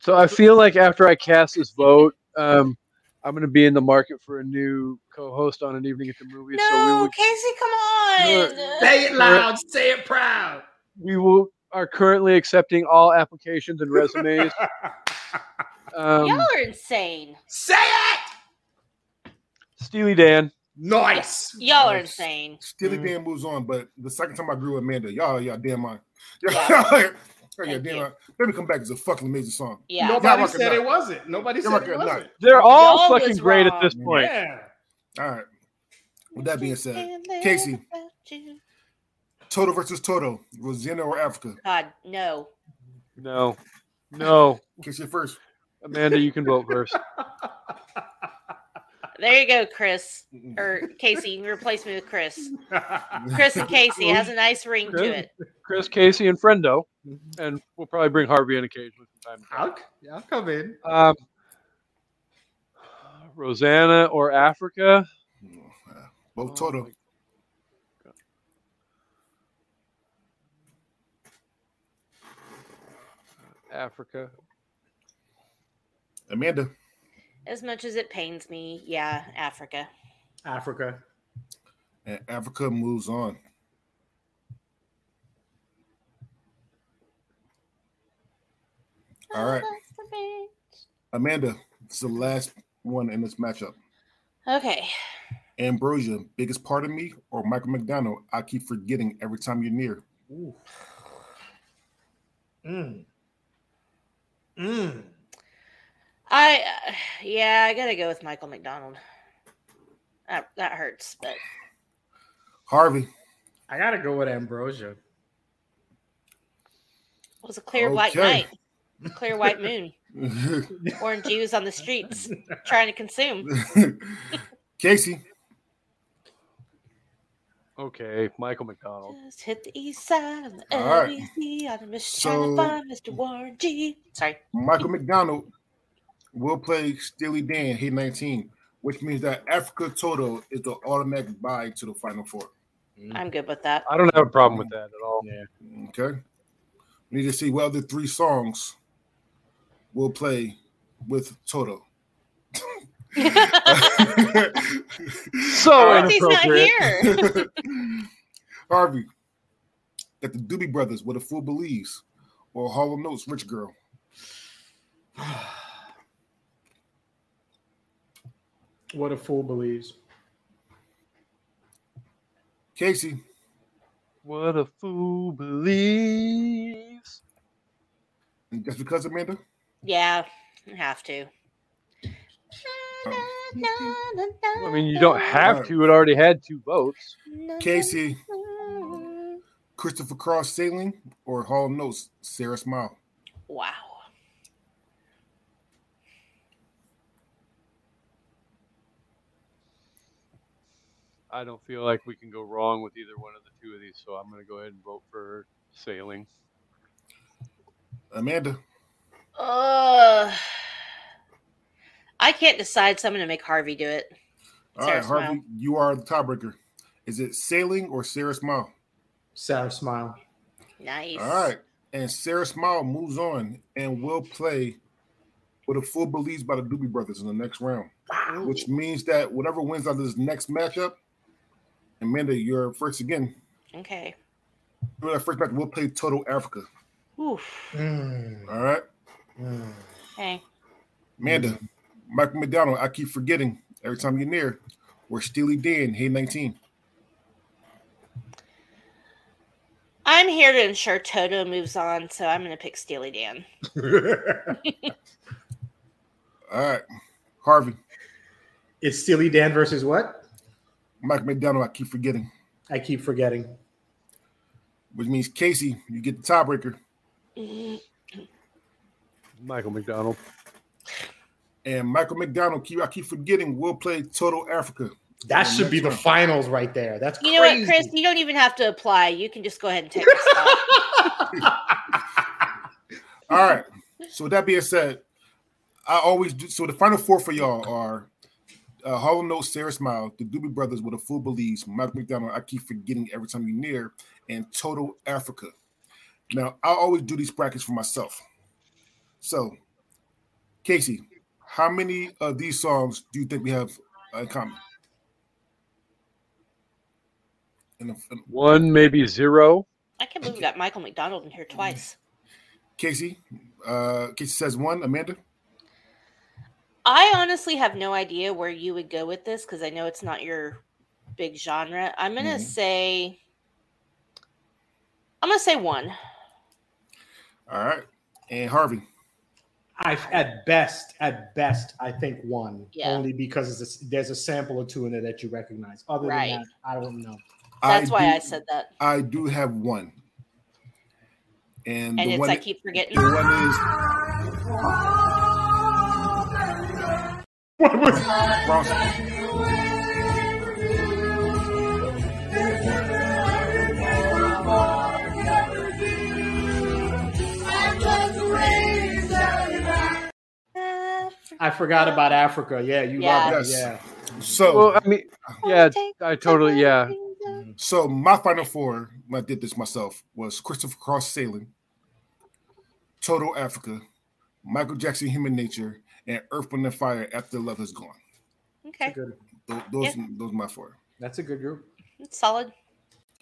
So I feel like after I cast this vote, um, I'm going to be in the market for a new co-host on an evening at the movies. so we
No,
will,
Casey, come on.
say it loud. Say it proud.
we will are currently accepting all applications
[laughs]
and resumes. Um,
Y'all are insane.
Say it.
Steely Dan.
Nice.
Y'all are
Nice.
insane.
Steely
Mhm.
Dan moves on, but the second time I grew with Amanda, y'all, y'all damn mind. [laughs]
Yeah.
Y'all, y'all
Thank
damn
you.
mind. Baby come back is a fucking amazing song.
Yeah.
Nobody
Y'all
said
rocking
it wasn't. Nobody
Y'all
said it
rocking
wasn't.
nuts.
They're all
Y'all was
fucking great at this
wrong.
point.
Yeah.
All right. With that being said, Casey. Toto versus Toto, Rosanna or Africa.
God, no.
No, no,
Kiss you first.
Amanda, you can vote first.
There you go, Chris. Or Casey, you can replace me
[laughs]
with Chris. Chris and Casey has a nice ring to it.
Chris, Casey, and Friendo, and we'll probably bring Harvey in occasionally from time to
[laughs] I'll, I'll come in.
time. Um, Rosanna or Africa?
Mm, uh,
Oh
Both Toto.
Africa.
Amanda,
As much as it pains me, yeah, Africa.
Africa.
and Africa moves on. All right. Amanda, this is the last one in this matchup.
Okay.
Ambrosia, biggest part of me, or Michael McDonald, I keep forgetting every time you're near.
Ooh. Mm. Mm.
I uh, yeah, I gotta go with Michael McDonald. That that hurts, but
Harvey, [laughs]
I gotta go with Ambrosia.
it was a clear white
Okay.
night,
[laughs]
clear white moon, orange juice on the streets trying to consume.
Casey,
Okay, Michael McDonald.
Just hit the east side on the E
All right.
LBC on the Mr.
So-
Channel Five, Mr. Warren G. Sorry.
Michael McDonald will play Steely Dan, Heat 19, which means that Africa Toto is the automatic bye to the Final Four.
I'm good
[laughs]
with that. [laughs]
I don't have a problem with that at all.
Okay. We need to see what other three songs we'll play with Toto.
So
Oh, He's not
inappropriate.
[laughs]
here.
Harvey, got the Doobie Brothers, What a Fool Believes, or Hollow Notes, Rich Girl.
What a fool believes.
Casey,
What a fool believes.
and just because Amanda,
yeah, you have to.
Um,
I mean, you
Oh.
don't have to. It already had two votes.
Casey, Christopher Cross Sailing, or Hollow Notes, Sarah Smile.
Wow.
I don't feel like we can go wrong with either one of the two of these, so I'm going to go ahead and vote for sailing.
Amanda,
Uh, I can't decide, so I'm going to make Harvey do it.
all right,
Sarah Smile.
Harvey, you are the tiebreaker. Is it Sailing or Sarah Smile?
Sarah smile.
Nice.
All right. And Sarah Smile moves on and will play with a full believes by the Doobie Brothers in the next round,
Wow.
which means that whatever wins out of this next matchup, Amanda, you're first again.
Okay.
Remember that first match, we'll play Total Africa.
Oof.
Mm,
All right.
mm.
Okay.
Amanda, Michael McDonald, I keep forgetting every time you're near. Or Steely Dan, Hey 19.
I'm here to ensure Toto moves on, so I'm going to pick Steely Dan.
All right. Harvey,
it's Steely Dan versus what?
Michael McDonald, I keep forgetting,
I keep forgetting.
which means Casey, you get the tiebreaker.
Michael McDonald.
And Michael McDonald, keep, I keep forgetting, will play Total Africa.
That
Yeah,
should be the
next
finals right there. That's
You know
crazy.
what, Chris? You don't even have to apply. You can just go ahead and take the spot.
All right. So with that being said, I always do. So the final four for y'all are uh, Hollow Notes, Sarah Smile, The Doobie Brothers, With a Fool Believes, Mike McDonald. I keep forgetting every time you're near, and Total Africa. Now I always do these brackets for myself. So, Casey, how many of these songs do you think we have in common? And if- and
One, maybe zero.
I can't believe we got Michael McDonald in here twice.
Casey, uh, Casey says one. Amanda,
I honestly have no idea where you would go with this because I know it's not your big genre. I'm going to
Mhm.
say. I'm going to say one.
all right, and Harvey.
I at best, at best, I think one.
Yeah.
Only because it's a s there's a sample or two in there that you recognize. Other
Right.
than that, I don't know.
That's why I
do-
said that.
I do have one, and,
And
the
it's
one
I keep
[laughs]
forgetting.
the one is
What was
wrong side.
I forgot about Africa. Yeah, you
Yeah.
love it.
Yes.
Yeah. Mm-hmm.
So,
Well, I mean,
Oh,
yeah, I totally, yeah.
Mm-hmm.
so my final four when I did this myself was Christopher Cross Sailing, Total Africa, Michael Jackson Human Nature, and Earth, Wind, and Fire After Love Is Gone.
That's a
Okay.
good,
Those, those, those are my four.
that's a good group. Mm-hmm.
It's solid.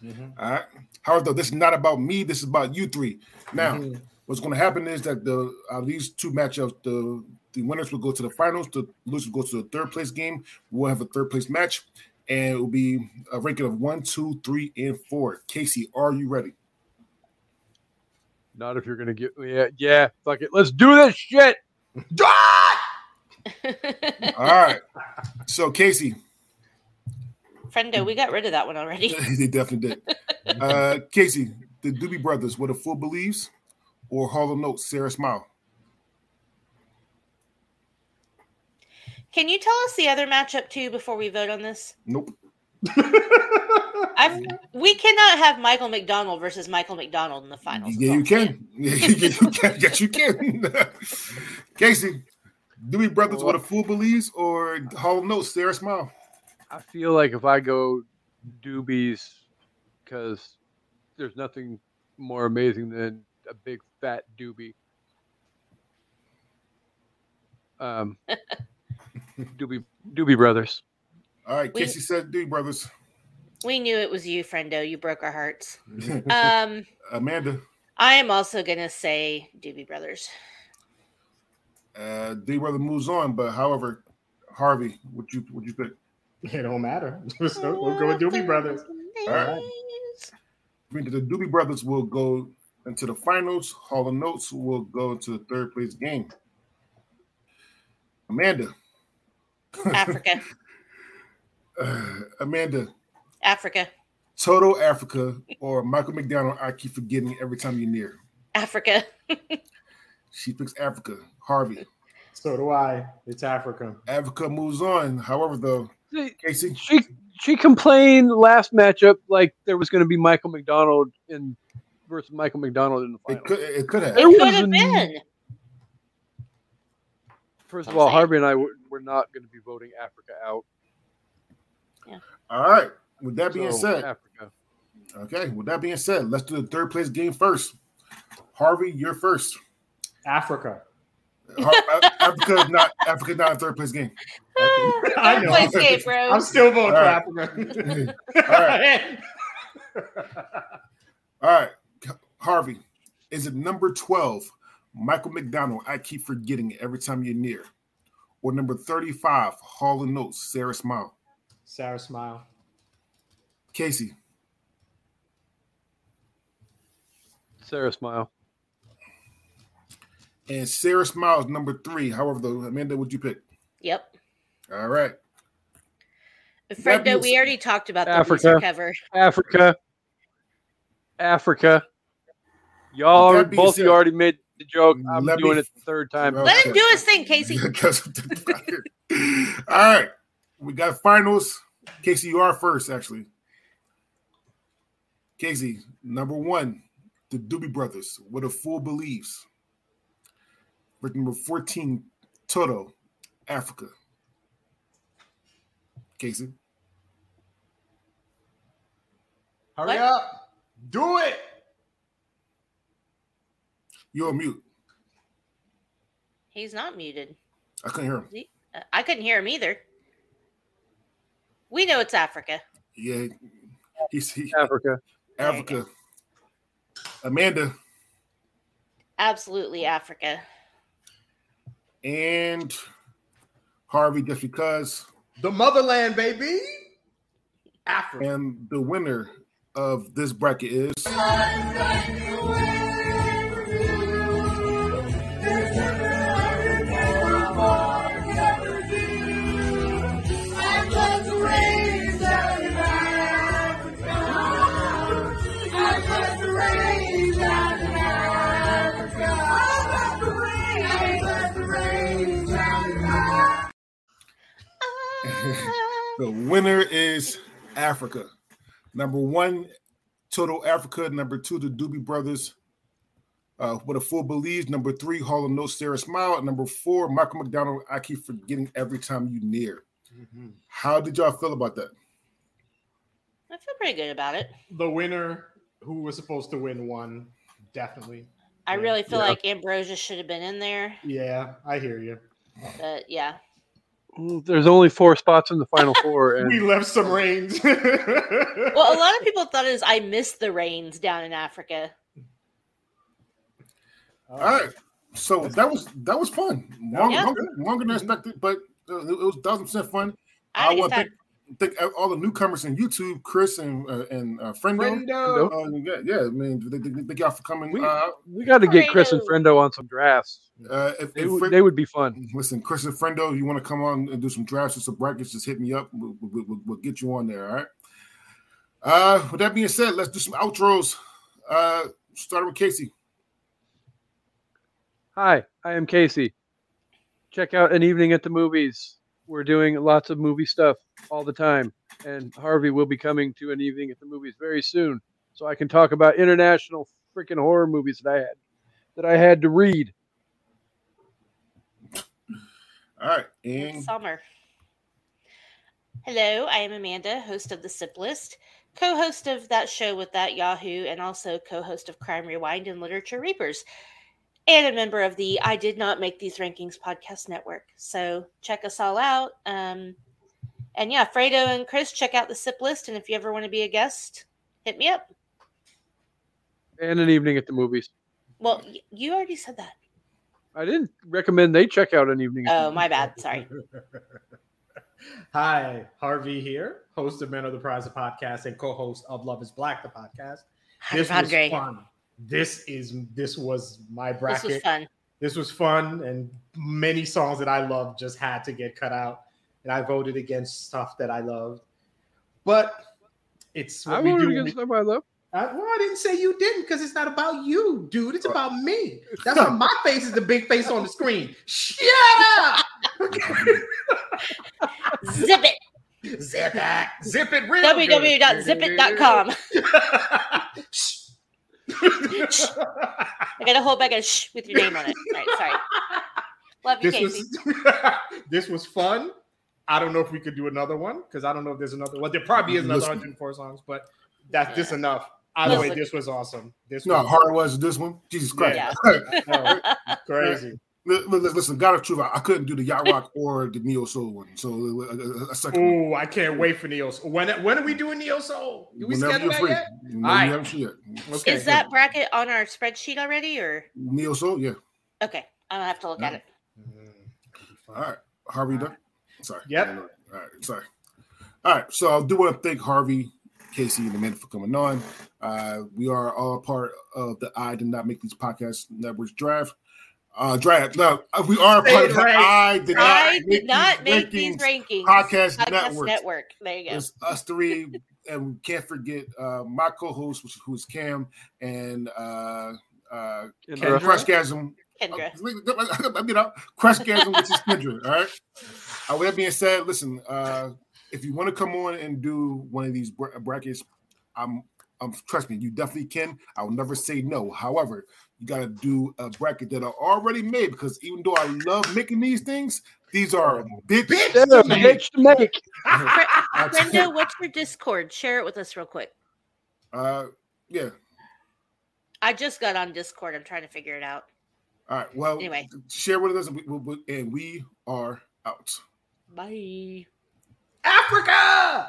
[laughs]
All right. However, though, this is not about me. This is about you three. Now,
Mhm.
with What's going to happen is that the uh, these two matchups, the the winners will go to the finals. The losers will go to the third place game. We'll have a third place match, and it will be a ranking of one, two, three, and four. Casey, are you ready?
Not if you're gonna get yeah yeah fuck it. Let's do this shit.
All right. So Casey, [laughs]
Friendo, we got rid of that one [laughs]
[laughs]
already.
they definitely did. Uh, Casey, the Doobie Brothers, were the Fool Believes or Harlem Notes, Sarah Smile?
Can you tell us the other matchup too before we vote on this?
Nope.
I've, we cannot have Michael McDonald versus Michael McDonald in the finals.
Yeah, you
[laughs]
can. [laughs] Yeah, you can. Yes, you can. [laughs] Casey, Doobie Brothers, were the Fool Believes or Harlem Notes, Sarah Smile?
I feel like if I go doobies, because there's nothing more amazing than a big fat doobie.
[laughs]
Um, doobie, doobie brothers.
All right,
We-
Casey said Doobie Brothers.
We knew it was you, Friendo. You broke our hearts. Um,
Amanda,
I am also gonna say Doobie Brothers.
uh, Doobie Brother moves on, but however, Harvey, what you what you pick?
[laughs] It don't matter. [laughs] so we'll go with Doobie Brothers.
All right. I mean, the Doobie Brothers will go into the finals. Hall of Notes will go to the third place game. Amanda,
Africa,
uh, Amanda,
Africa,
Toto Africa or Michael McDonald? I keep forgetting every time you're near.
Africa.
She picks Africa. Harvey,
So do I. It's Africa.
Africa moves on. However, though,
See,
Casey,
She she complained last matchup like there was going to be Michael McDonald in versus Michael McDonald in the
it
final.
could it could have.
There
It could
was
have
a-
been.
First of all, Harvey and I were, were not going to be voting Africa out.
All right. With that being
So,
said,
Africa.
Okay, with that being said, let's do the third place game first. Harvey, you're first.
Africa.
[laughs]
Har- A- Africa is not Africa is not a third place game.
Third
I know.
place game, bro.
I'm still voting
All right.
for Africa.
[laughs] All right, all right. Harvey, is it number twelve, Michael McDonald? I keep forgetting every time you're near, or number thirty-five, Hall and Notes, Sarah Smile,
[laughs] Sarah smile.
Casey,
Sarah smile.
and Sarah Smile is number three. However, though, Amanda, would you pick?
Yep.
All right, That
Friendo,
means-
we already talked about the
Africa.
loser cover.
Africa. Africa. Y'all,
That
are-
being
both of
said-
you already made the joke. I'm
Let me
doing
f-
it the third time.
Well-
Let
Okay.
him do his thing,
[laughs]
Casey.
Because of the- All right, we got finals. Casey, you are first, actually. Casey, number one, the Doobie Brothers, what a fool believes. With number fourteen, Toto, Africa. Casey,
Hurry
What?
up. Do it.
you're on mute.
He's not muted.
I couldn't hear him.
Uh, I couldn't hear him either. We know it's Africa.
Yeah, he's he,
Africa.
Africa. Amanda
Absolutely Africa.
and Harvey, just because.
The motherland, baby. Africa.
And the winner of this bracket is
Ah.
the winner is Africa. Number one, Total Africa. Number two, the Doobie Brothers. Uh, what a fool believes. Number three, Hall of No Sarah Smile. And number four, Michael McDonald. I keep forgetting every time you near.
Mhm.
How did y'all feel about that?
I feel pretty good about it.
The winner who was supposed to win won. Definitely.
I
Yeah.
really feel
Yeah.
like Ambrosia should have been in there,
Yeah, I hear you.
but yeah.
There's only four spots in the final four,
[laughs]
We
and
left some reins. [laughs]
Well, a lot of people thought is I missed the rains down in Africa.
All right. So that was that was fun. Longer,
Yeah.
longer, longer than expected, but uh, it was thousand percent fun.
I,
I
in
want to
fact,
thank, thank all the newcomers in YouTube, Chris and uh, and uh, Friendo.
Friendo.
Uh, yeah, yeah, I mean, th- th- th- thank y'all for coming.
We-
uh,
We got to get Chris and Frendo on some drafts.
uh, if,
They
if
would,
Fri-
they would be fun.
Listen, Chris and Friendo, you want to come on and do some drafts or some brackets, just hit me up. We'll, we'll- we'll- we'll get you on there. All right. Uh, with that being said, let's do some outros. Uh, starting with Casey.
Hi, I am Casey. Check out An Evening at the Movies. We're doing lots of movie stuff all the time. And Harvey will be coming to An Evening at the Movies very soon. So I can talk about international freaking horror movies that I had that I had to read.
All right,
It's
and
Summer. Hello, I am Amanda, host of The Sip List, co host of that show with That Yahoo, and also co host of Crime Rewind and Literature Reapers, and a member of the I Did Not Make These Rankings podcast network. So check us all out. Um, and yeah, Fredo and Chris, check out The Sip List. And if you ever want to be a guest, hit me up.
And An Evening at the Movies.
Well, y- you already said that.
I didn't recommend they check out An Evening. at the
Uh,
Oh, my bad. Sorry.
Hi, Harvey here, host of Men of the Prize of podcast and co-host of Love Is Black the podcast.
Hi,
This was
Padre.
fun. This is this was my
This
bracket.
was fun.
this was fun and many songs that i love just had to get cut out and i voted against stuff that i loved but it's what
I
we
voted
do
against them. I love.
I, well, I didn't say you didn't because it's not about you dude it's about me that's why my face is the big face on the screen shut up
Zip it.
zip it zip it real [laughs] good.
www.zipit.com.
Shh. [laughs]
I got a whole bag of shh with your name on it. All right, sorry. Love you,
this
Casey.
was [laughs] this was fun. I don't know if we could do another one because I don't know if there's another. Well, there probably is another
Listen.
104 songs, but that's just enough. Either way, this was awesome. This
no,
was
[laughs] hard was this one. Jesus Christ.
Yeah.
oh, crazy.
Li- li- Listen, God of Truth, I I couldn't do the Yacht Rock
[laughs]
or the Neo Soul one. So uh, uh, a second. one.
Ooh, I can't wait for Neo. Soul. When when are we doing Neo Soul? Do we
Whenever
schedule
you're
that
free.
yet?
Whenever
All right.
you haven't seen it.
Okay.
Is that bracket on our spreadsheet already or
Neo Soul? Yeah.
okay. I'm gonna have to look at it.
All right. Harvey, done? Sorry.
Yep.
All right. Sorry. All right. So I do want to thank Harvey, Casey, and Amanda for coming on. Uh, we are all part of the I Did Not Make These Podcasts Networks draft. Uh, draft. No, we are
Say
part
it
of the
right.
I Did Not,
I did not
These
make these
Rankings
rankings.
Podcast,
Podcast
Network.
network. There you go.
It's us three, and we can't forget uh, my co-host, which, who's Cam, and uh, uh,
Kendra.
Kendra.
Crushgasm. [laughs]
Kendra.
You know, Crushgasm, which is Kendra. All right. Uh, with that being said, listen, uh, if you want to come on and do one of these bra- brackets, I'm, I'm trust me, you definitely can. I will never say no. However, you got to do a bracket that are already made because even though I love making these things, these are bitch.
They're a bitch to make.
I-
Brenda, what's your Discord? Share it with us real quick.
Uh, yeah.
I just got on Discord. I'm trying to figure it out.
All right. Well,
Anyway.
share with us, and we, we- we- and we are out.
Bye.
Africa.